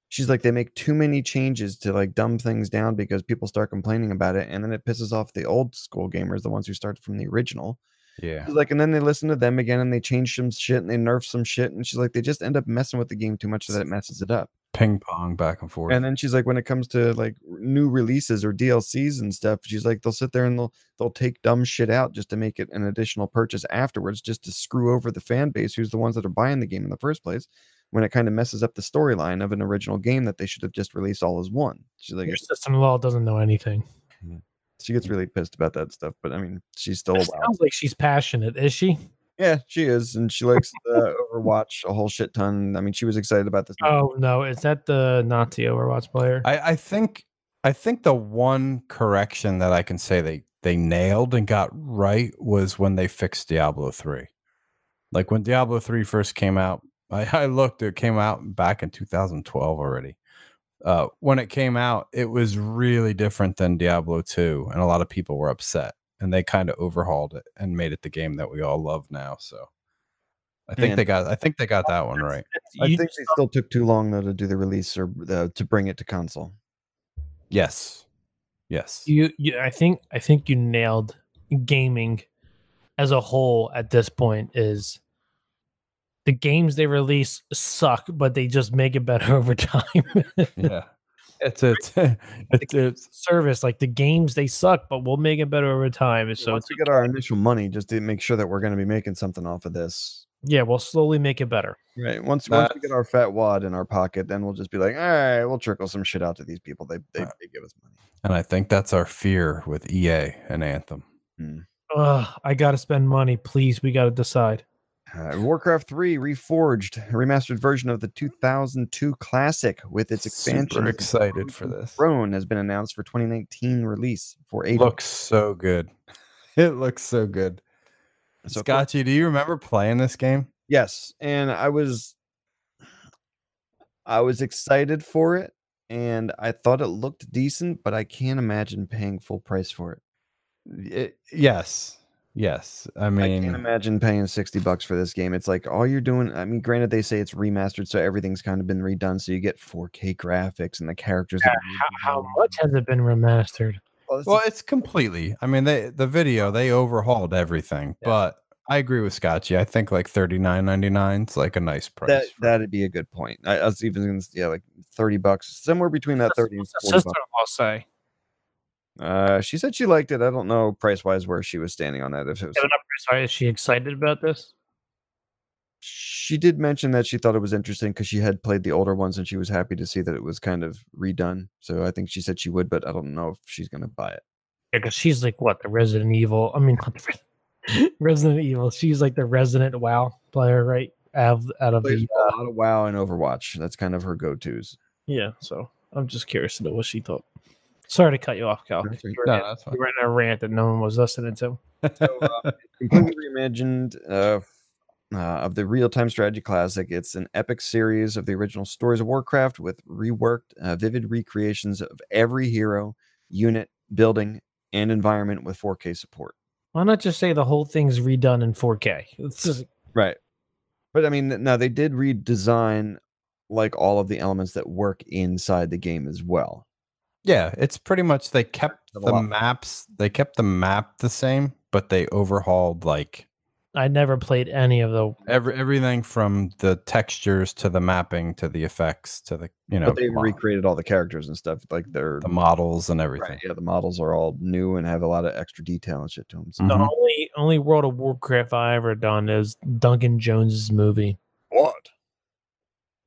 She's like, they make too many changes to like dumb things down because people start complaining about it. And then it pisses off the old school gamers, the ones who started from the original.
yeah.
She's like, and then they listen to them again and they change some shit and they nerf some shit. And she's like, they just end up messing with the game too much so that it messes it up.
Ping pong back and forth.
And then she's like, when it comes to like r- new releases or DLCs and stuff, she's like, they'll sit there and they'll they'll take dumb shit out just to make it an additional purchase afterwards, just to screw over the fan base, who's the ones that are buying the game in the first place. When it kind of messes up the storyline of an original game that they should have just released all as one. She's like,
Your sister in law doesn't know anything.
she gets really pissed about that stuff, but I mean, she's still
It
a Oh, WoW
sounds like she's passionate, is she?
Yeah, she is, and she likes uh, Overwatch a whole shit ton. I mean, she was excited about this. new-
Oh no, is that the Nazi Overwatch player?
I, I think I think the one correction that I can say they they nailed and got right was when they fixed Diablo three. Like when Diablo three first came out, I, I looked. It came out back in 2012 already. Uh, when it came out, it was really different than Diablo two, and a lot of people were upset. And they kind of overhauled it and made it the game that we all love now. So I think
Yeah.
they got I think they got that one right.
That's-
I
you-
think they still took too long though to do the release or uh, to bring it to console.
Yes. Yes.
you, you i think i think you nailed gaming as a whole at this point is the games they release suck but they just make it better over time
yeah it's it's it's, it's
service like the games they suck but we'll make it better over time
So
so
once
it's
we get our initial money, just to make sure that we're going to be making something off of this.
yeah we'll slowly make it better
Right. Once once we get our fat wad in our pocket, then we'll just be like, all right, we'll trickle some shit out to these people. They they,
Uh,
they give us money.
and i think that's our fear with ea and anthem
Ugh, i gotta spend money please we gotta decide
Uh, Warcraft 3 reforged, a remastered version of the 2002 classic with its expansion.
super excited for this
Throne has been announced for 2019 release for eight.
looks so good it looks so good scotchy do you remember playing this game
Yes, and I was I was excited for it and I thought it looked decent, but I can't imagine paying full price for it.
It- yes yes i
I
mean
can't imagine paying 60 bucks for this game. It's like all you're doing, I mean, granted they say it's remastered so everything's kind of been redone so you get 4K graphics and the characters
Uh, how,
Mm-hmm.
how much has it been remastered
well, that's the
well it's completely i mean they the video they overhauled everything but I agree with Scotchy. I think like thirty nine ninety nine is like a nice price.
That
for-
that'd be a good point. I, I was even gonna s- yeah, like thirty bucks, somewhere between that thirty and forty
sister in
bucks.
law say?
Uh, she said she liked it. I don't know price wise where she was standing on that. If it was,
Yeah, but I'm sorry, is she excited about this?
she did mention that she thought it was interesting because she had played the older ones and she was happy to see that it was kind of redone. So I think she said she would, but I don't know if she's gonna buy it.
Yeah, because she's like what the Resident Evil. I mean, not the Res- Resident Evil. She's like the resident WoW player, right? Out of, out of
Plays
the
a lot of WoW and Overwatch. That's kind of her go tos.
yeah. So I'm just curious to know what she thought. Sorry to cut you off, Cal.
That's
'cause
right.
You were,
No,
in,
that's fine.
you were in a rant that no one was listening to.
uh, completely reimagined uh, uh, of the real time strategy classic. It's an epic series of the original stories of Warcraft with reworked, uh, vivid recreations of every hero, unit, building, and environment with 4K support.
Why not just say the whole thing's redone in 4K? It's just
Right. But I mean, now they did redesign like all of the elements that work inside the game as well.
yeah, it's pretty much they kept
a
the
lot.
maps. They kept the map the same, but they overhauled like
I never played any of the
every everything from the textures to the mapping to the effects to the you know
but they
mo-
recreated all the characters and stuff. Like they're,
the models and everything.
right, yeah, the models are all new and have a lot of extra detail and shit to them. So.
the
Mhm.
only only World of Warcraft I ever done is Duncan Jones's movie.
What?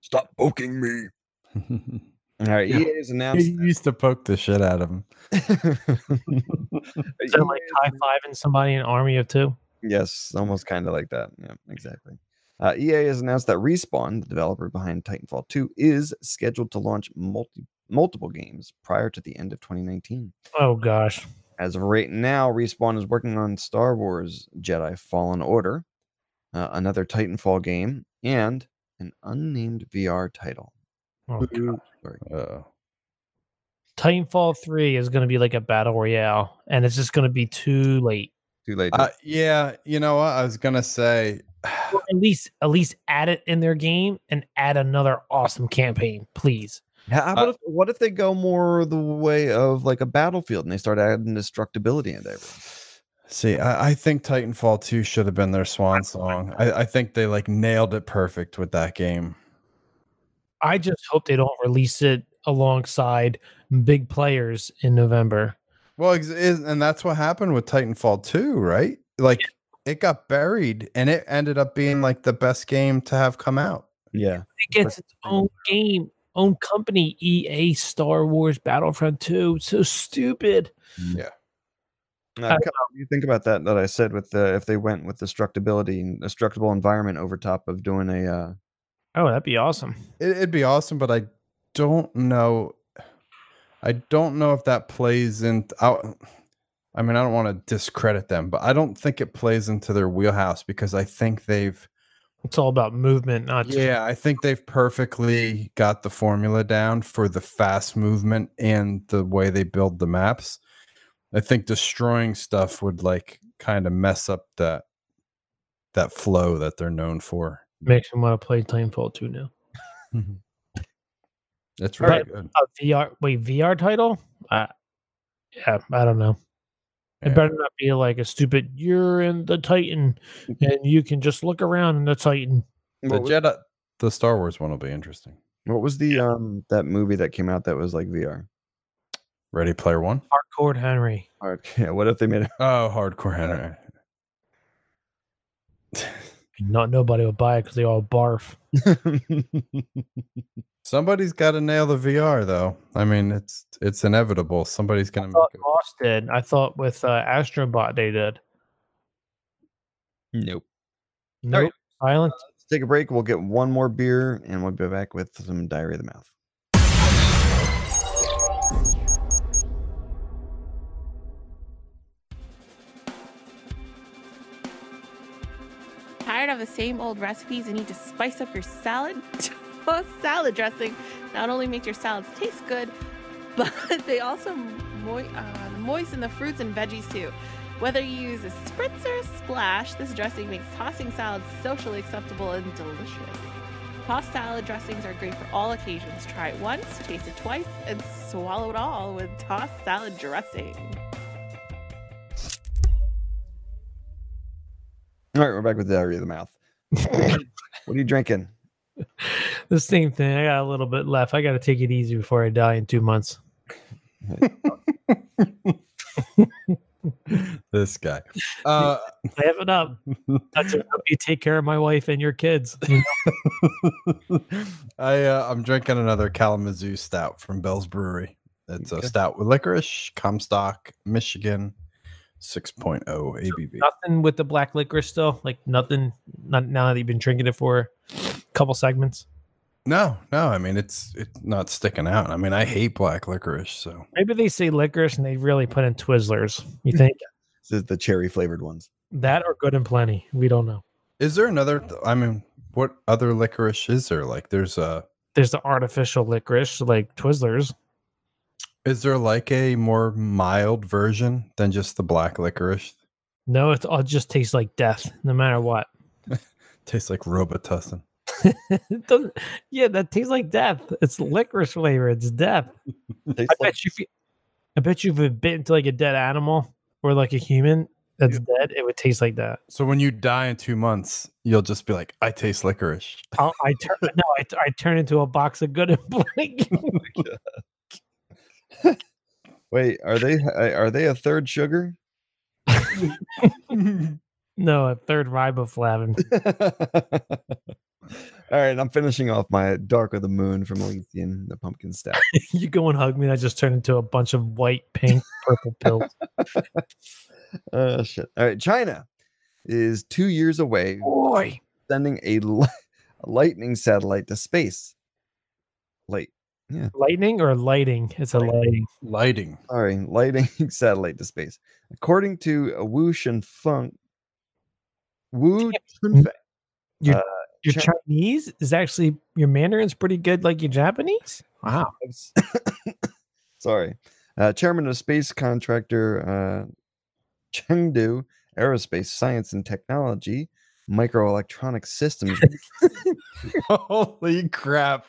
Stop poking me.
All right,
Yeah.
EA has E announced.
He Mm-hmm. used to poke the shit out of him.
Is that
E
like high fiving somebody in Army of Two?
Yes, almost kind of like that. Yeah, exactly. Uh, EA has announced that Respawn, the developer behind Titanfall 2, is scheduled to launch multi- multiple games prior to the end of 2019.
Oh gosh.
As of right now, Respawn is working on Star Wars Jedi Fallen Order, uh, another Titanfall game, and an unnamed VR title.
Oh, God.
Uh,
Titanfall 3 is going to be like a battle royale and it's just going to be too late.
Too late. to-
uh, yeah, you know what? I was gonna say
Or at least at least add it in their game and add another awesome campaign, please.
How how about if, what if they go more the way of like a battlefield and they start adding destructibility into everything?
See, I, I think Titanfall 2 should have been their swan song. I, I think they like nailed it perfect with that game.
I just hope they don't release it alongside big players in November.
Well, ex- is- and that's what happened with Titanfall 2, right? Like it got buried and it ended up being like the best game to have come out.
Yeah.
It gets its own game, own company, EA Star Wars Battlefront 2. So stupid.
Now,
I
Cal, what do you think about that that I said with the if they went with destructibility and destructible environment over top of doing a uh
Oh, that'd be awesome.
It, it'd be awesome, but I don't know. I don't know if that plays in. I, I mean, I don't want to discredit them, but I don't think it plays into their wheelhouse because I think they've
It's all about movement, not just-
Yeah, I think they've perfectly got the formula down for the fast movement and the way they build the maps. I think destroying stuff would like kind of mess up that that flow that they're known for.
makes me want to play Titanfall 2 now.
That's
Mm-hmm. All
really
right.
good.
a VR wait VR title? Uh, yeah, I don't know. It
Yeah.
better not be like a stupid. You're in the Titan,
Mm-hmm.
and you can just look around in the Titan.
The
what was,
Jedi, the Star Wars one will be interesting.
what was the um that movie that came out that was like VR?
Ready Player One?
Hardcore Henry.
All right. Yeah, what if they made it
Oh, hardcore Henry.
Not nobody would buy it because they all barf.
Somebody's got to nail the VR though. I mean, it's it's inevitable. Somebody's
I
gonna
thought
make it.
Lost did. I thought with uh, Astrobot they did.
Nope.
Nope.
right.
Silent.
Let's take a break. We'll get one more beer and we'll be back with some diary of the mouth.
Tired of the same old recipes and need to spice up your salad? Toss salad dressing not only makes your salads taste good, but they also mo- uh, moisten the fruits and veggies too. Whether you use a spritz or a splash, this dressing makes tossing salads socially acceptable and delicious. Toss salad dressings are great for all occasions. Try it once, taste it twice, and swallow it all with toss salad dressing.
All right, we're back with diarrhea of the mouth. what are you drinking?
The same thing. I got a little bit left. I got to take it easy before I die in two months.
this guy. Uh,
I have it up. That's to help you take care of my wife and your kids. you know?
I uh, I'm drinking another Kalamazoo stout from Bell's Brewery. It's a stout with licorice, Comstock, Michigan, 6.0 ABV.
nothing with the black liquor still. Like nothing. Not now that you've been drinking it for a couple segments.
No, no, I mean it's it's not sticking out. I mean I hate black licorice, so
Maybe they say licorice and they really put in Twizzlers. You think
This is the cherry flavored ones.
that or good and plenty? We don't know.
is there another? I mean, what other licorice is there? Like, there's a
There's the artificial licorice, like Twizzlers.
is there like a more mild version than just the black licorice?
No, it's all just tastes like death, no matter what.
Tastes like Robitussin.
It doesn't, yeah, that tastes like death. It's licorice flavor. It's death.
Tastes
I
like-
bet you. If you I bet you if it bit into like a dead animal or like a human that's dead, it would taste like that.
So when you die in two months, you'll just be like, I taste licorice.
I'll, I turn no, I, t- I turn into a box of good and blank.
Wait, are they uh, are they a third sugar?
no, a third riboflavin.
All right, I'm finishing off my Dark of the Moon from Elysian, the pumpkin stout.
you go and hug me, and I just turn into a bunch of white, pink, purple pills.
Oh shit! All right, China is two years away
Boy,
sending a, li- a lightning satellite to space. Late,
lightning or lighting? It's a lighting.
Lighting.
sorry, lighting satellite to space. According to uh, Wu Shenfeng, Wu Chunfeng,
Your
Chi-
Chinese is actually your Mandarin's pretty good, like your Japanese. Wow.
sorry, uh, chairman of space contractor uh, Chengdu Aerospace Science and Technology Microelectronic Systems.
Holy crap.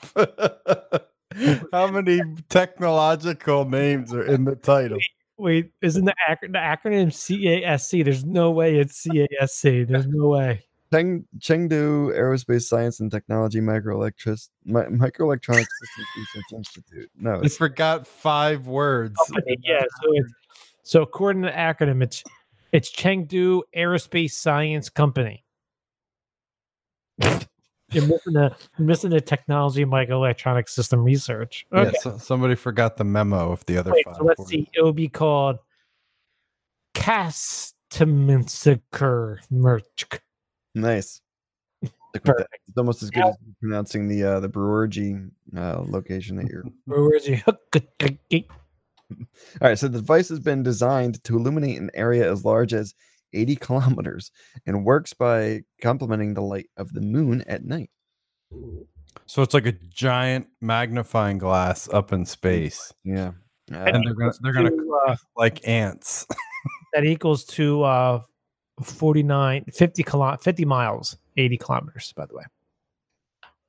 How many technological names are in the title?
Wait, isn't the, acro- the acronym CASC? There's no way it's CASC. There's no way.
Cheng, Chengdu Aerospace Science and Technology Microelectric Mi- Microelectronics Systems Research Institute. No,
I
it's
forgot five words.
Company, yeah. So, it's, so according to the acronym, it's it's Chengdu Aerospace Science Company. you're missing the missing the technology and microelectronic system research.
Yeah,
Okay.
so- somebody forgot the memo of the other
Wait,
five.
so let's
words.
see. It will be called Kastaminsiker Merch.
nice. Stick with that. It's almost as good as pronouncing the uh, the brewergy uh, location that you're.
Where is he?
All right, so the device has been designed to illuminate an area as large as 80 kilometers and works by complementing the light of the moon at night.
So it's like a giant magnifying glass up in space,
Yeah. Uh,
and they're gonna they're gonna
To, uh,
like ants.
that equals to uh 49 50 kilo, 50 miles 80 kilometers by the way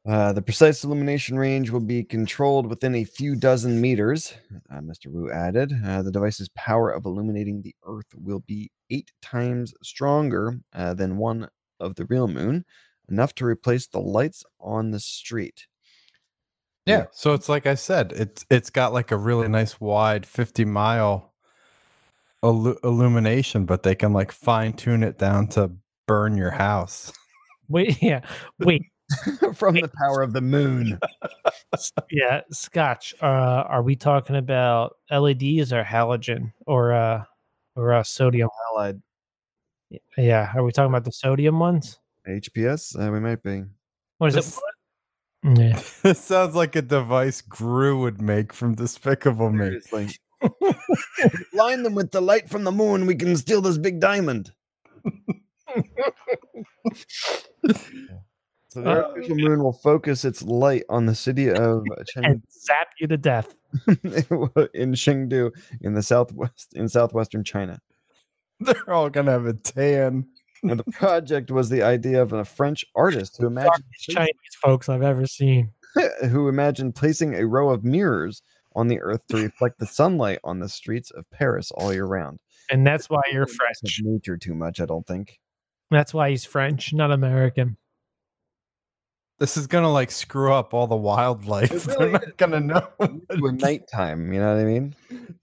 Uh, the precise illumination range will be controlled within a few dozen meters, uh, Mr. Wu added. Uh, the device's power of illuminating the Earth will be eight times stronger uh, than one of the real moon, enough to replace the lights on the street.
Yeah. So it's like I said, it's it's got like a really nice wide fifty mile illu- illumination, but they can like fine tune it down to burn your house.
wait yeah wait
From the power of the moon.
yeah scotch uh are we talking about leds or halogen or uh or uh sodium
Allied
yeah are we talking about the sodium ones
HPS? Uh, we might be.
what is
This-
it yeah
This sounds like a device Gru would make from Despicable Me.
Seriously. Line them with the light from the moon. We can steal this big diamond. so the
Uh,
artificial moon will focus its light on the city of Chengdu,
and zap you to death
in Chengdu in the southwest in southwestern China.
They're all gonna have a tan.
Now, the project was the idea of a French artist who imagined
darkest chinese folks i've ever seen
who imagined placing a row of mirrors on the earth to reflect the sunlight on the streets of Paris all year round.
and that's why you're
Don't mess with
french
Nature too much, I don't think.
That's why he's French, not American.
This is gonna like screw up all the wildlife.
It
They're
really
not gonna know.
We're nighttime, you know what I mean?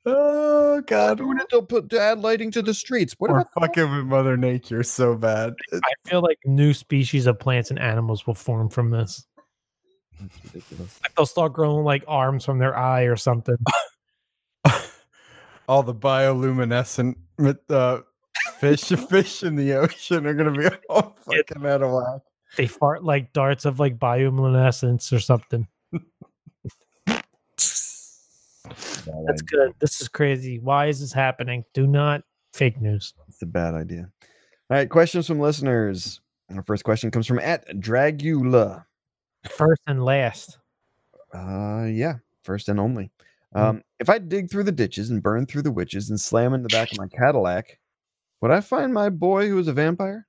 oh god.
Doing it, they'll put to add lighting to the streets. What
We're
about
fucking with Mother Nature so bad.
I feel like new species of plants and animals will form from this.
That's ridiculous.
Like they'll start growing like arms from their eye or something.
all the bioluminescent mit- uh, fish fish in the ocean are gonna be all
It-
fucking out of whack.
They fart like darts of like bioluminescence or something.
Bad
That's
idea.
good. This is crazy. Why is this happening? Do not fake news.
It's a bad idea. All right, questions from listeners. Our first question comes from at Dragula.
First and last.
Uh, yeah, first and only. Um, if I dig through the ditches and burn through the witches and slam in the back of my Cadillac, would I find my boy who is a vampire?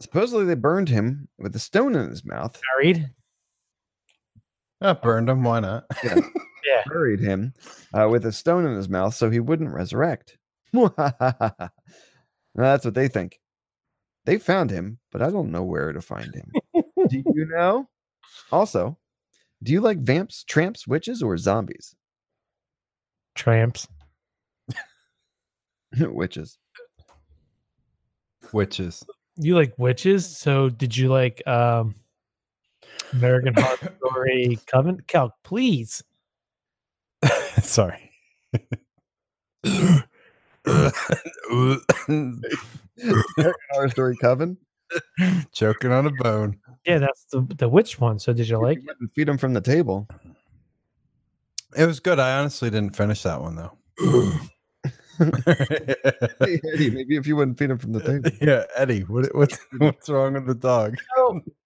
Supposedly they burned him with a stone in his mouth,
Married?
I burned them. Why not?
Yeah. buried him uh, with a stone in his mouth so he wouldn't resurrect. That's what they think. They found him, but I don't know where to find him. do you know? Also, do you like vamps, tramps, witches, or zombies?
Tramps.
witches.
Witches.
You like witches? So did you like um American Horror Story Coven? Calc, please.
Sorry.
Horror story coven.
Choking on a bone.
Yeah, that's the the witch one. So did you like it?
And feed him from the table.
It was good. I honestly didn't finish that one though.
Hey, Eddie, maybe if you wouldn't feed him from the table.
yeah, Eddie, what, what's what's wrong with the dog?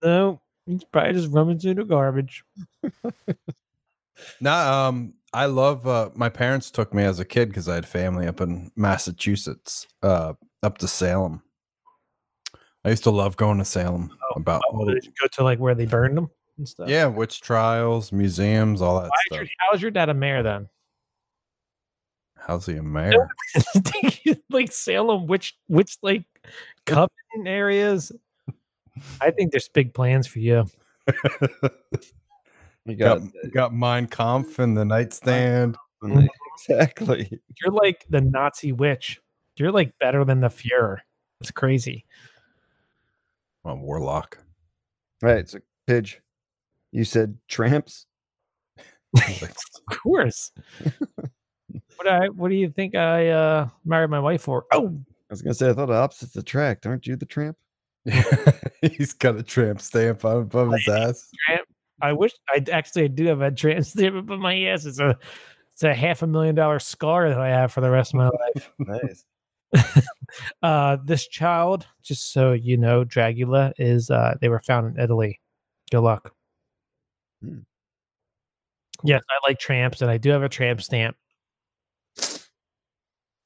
No. He's probably just rummaging through the garbage.
Nah, um, I love. Uh, my parents took me as a kid because I had family up in Massachusetts, uh, up to Salem. I used to love going to Salem. about
Oh,
all
did you go to like where they burned them and stuff?
yeah, witch trials, museums, all
Why
that
is
stuff.
your, how's your dad a mayor then?
How's he a mayor?
like Salem, which which like covenant areas? I think there's big plans for you.
You
got
got
got Mein Kampf in the nightstand.
it. exactly.
You're like the Nazi witch. You're like better than the Fuhrer. It's crazy.
Oh, warlock.
All Right. So, Pidge, you said tramps.
Of course. what I what do you think I uh married my wife for? Oh
I was gonna say I thought opposites attract. Aren't you the tramp?
He's got a tramp stamp on above his ass.
I wish I actually I do have a trans there, but my ass is a it's a half a million dollar scar that I have for the rest of my life.
Nice.
Uh, this child, just so you know, Dragula is uh, they were found in Italy. Good luck.
Hmm.
Yes, I like tramps, and I do have a tramp stamp.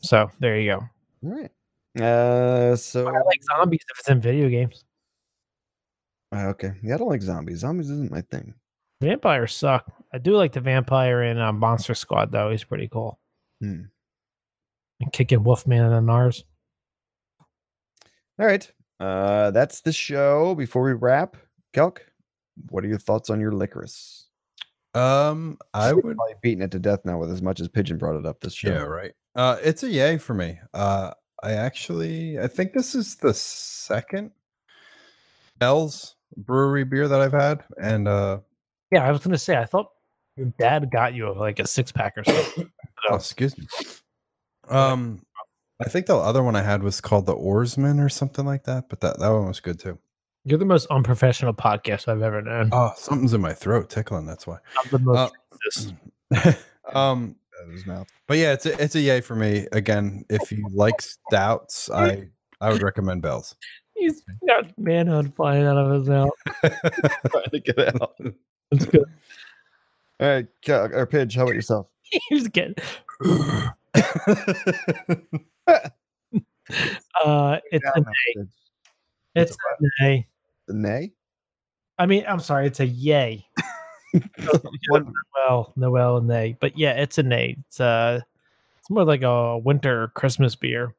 So there you go.
All right. Uh, so
I like zombies if it's in video games.
uh, okay. Yeah, I don't like zombies. Zombies isn't my thing.
Vampires suck. I do like the vampire in uh, Monster Squad though. He's pretty cool.
Hmm.
And kicking Wolfman in the NARS.
All right. Uh, that's the show. Before we wrap, Kelk, what are your thoughts on your licorice?
Um, I
We've
would.
probably beaten it to death now with as much as Pigeon brought it up this show.
Yeah, right. Uh, it's a yay for me. Uh, I actually, I think this is the second Bell's Brewery beer that I've had, and uh,
Yeah, I was gonna say I thought your dad got you like a six pack or something.
oh, excuse me. Um, I think the other one I had was called the Oarsman or something like that, but that that one was good too.
You're the most unprofessional podcast I've ever known.
Oh, something's in my throat tickling. That's why.
I'm the most
uh,
racist.
um, but yeah, it's a, it's a yay for me. Again,
Oh,
if you like stouts, I I would recommend Bell's.
He's got manhood flying out of his mouth.
Trying to get it out.
It's good.
All right, Kelk, or Pidge, how about yourself?
He's getting
oh.
uh it's a
Yeah,
nay.
Pidge.
It's a nay.
The nay?
I mean, I'm sorry, it's a yay.
One-
Well, Noel and nay. But yeah, it's a nay. It's uh it's more like a winter Christmas beer.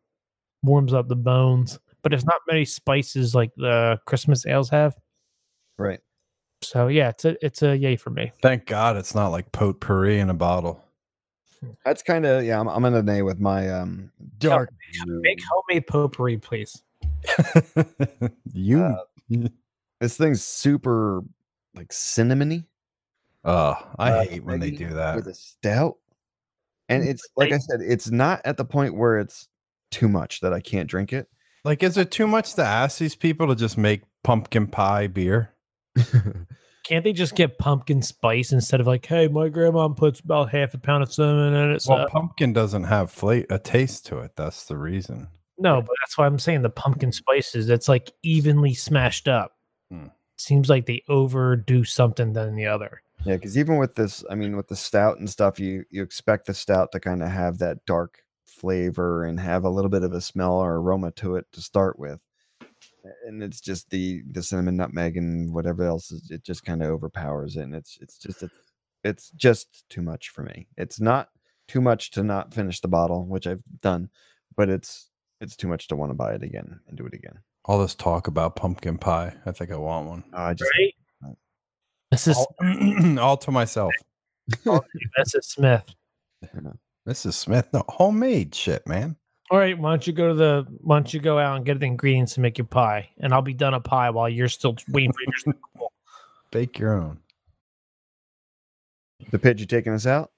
Warms up the bones. but there's not many spices like the Christmas ales have.
Right.
So yeah, it's a it's a yay for me.
Thank God it's not like potpourri in a bottle.
That's kind of yeah. I'm, I'm in the nay with my um dark. blue.
Make homemade potpourri, please.
you,
Uh, This thing's super like cinnamony
oh, I
uh,
hate when they
maybe
do that.
with a stout, and it's like I said, it's not at the point where it's too much that I can't drink it.
Like, is it too much to ask these people to just make pumpkin pie beer?
Can't they just get pumpkin spice instead of like, hey, my grandma puts about half a pound of cinnamon in it. So
Well, pumpkin doesn't have fla- a taste to it. That's the reason.
no, but that's why I'm saying the pumpkin spices. It's like evenly smashed up.
Hmm.
Seems like they overdo something than the other.
Yeah, because even with this, I mean, with the stout and stuff, you you expect the stout to kind of have that dark flavor and have a little bit of a smell or aroma to it to start with, A- and it's just the the cinnamon, nutmeg, and whatever else is, it just kind of overpowers it, and it's it's just it's, it's just too much for me. It's not too much to not finish the bottle, which I've done, but it's it's too much to want to buy it again and do it again.
All this talk about pumpkin pie. I think I want one.
Oh, I just
Right? Mrs.
All, all to myself.
Mrs. Smith.
Mrs. Smith, no homemade shit, man.
All right, why don't you go to the why don't you go out and get the ingredients to make your pie, and I'll be done a pie while you're still waiting for yours.
Bake your own.
the pit you taking us out.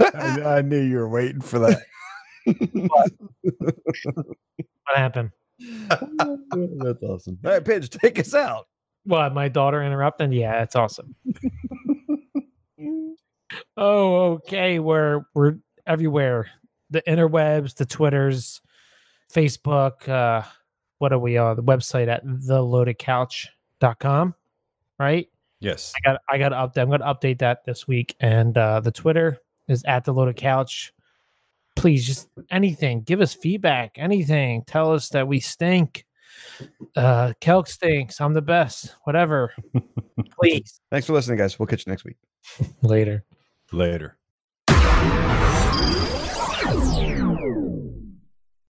I, I knew you were waiting for that.
What happened?
That's awesome. All right, Pidge, take us out.
Why my daughter interrupted? Yeah, that's awesome. oh, okay. We're we're everywhere. The interwebs, the twitters, Facebook. Uh, what are we on? The website at theloadedcouch.com, right?
Yes.
I got I got to update. I'm going to update that this week, and uh, the Twitter is at the loaded couch. Please, just anything. Give us feedback. Anything. Tell us that we stink. Uh, Kelk stinks. I'm the best. Whatever. Please.
Thanks for listening, guys. We'll catch you next week.
Later.
Later.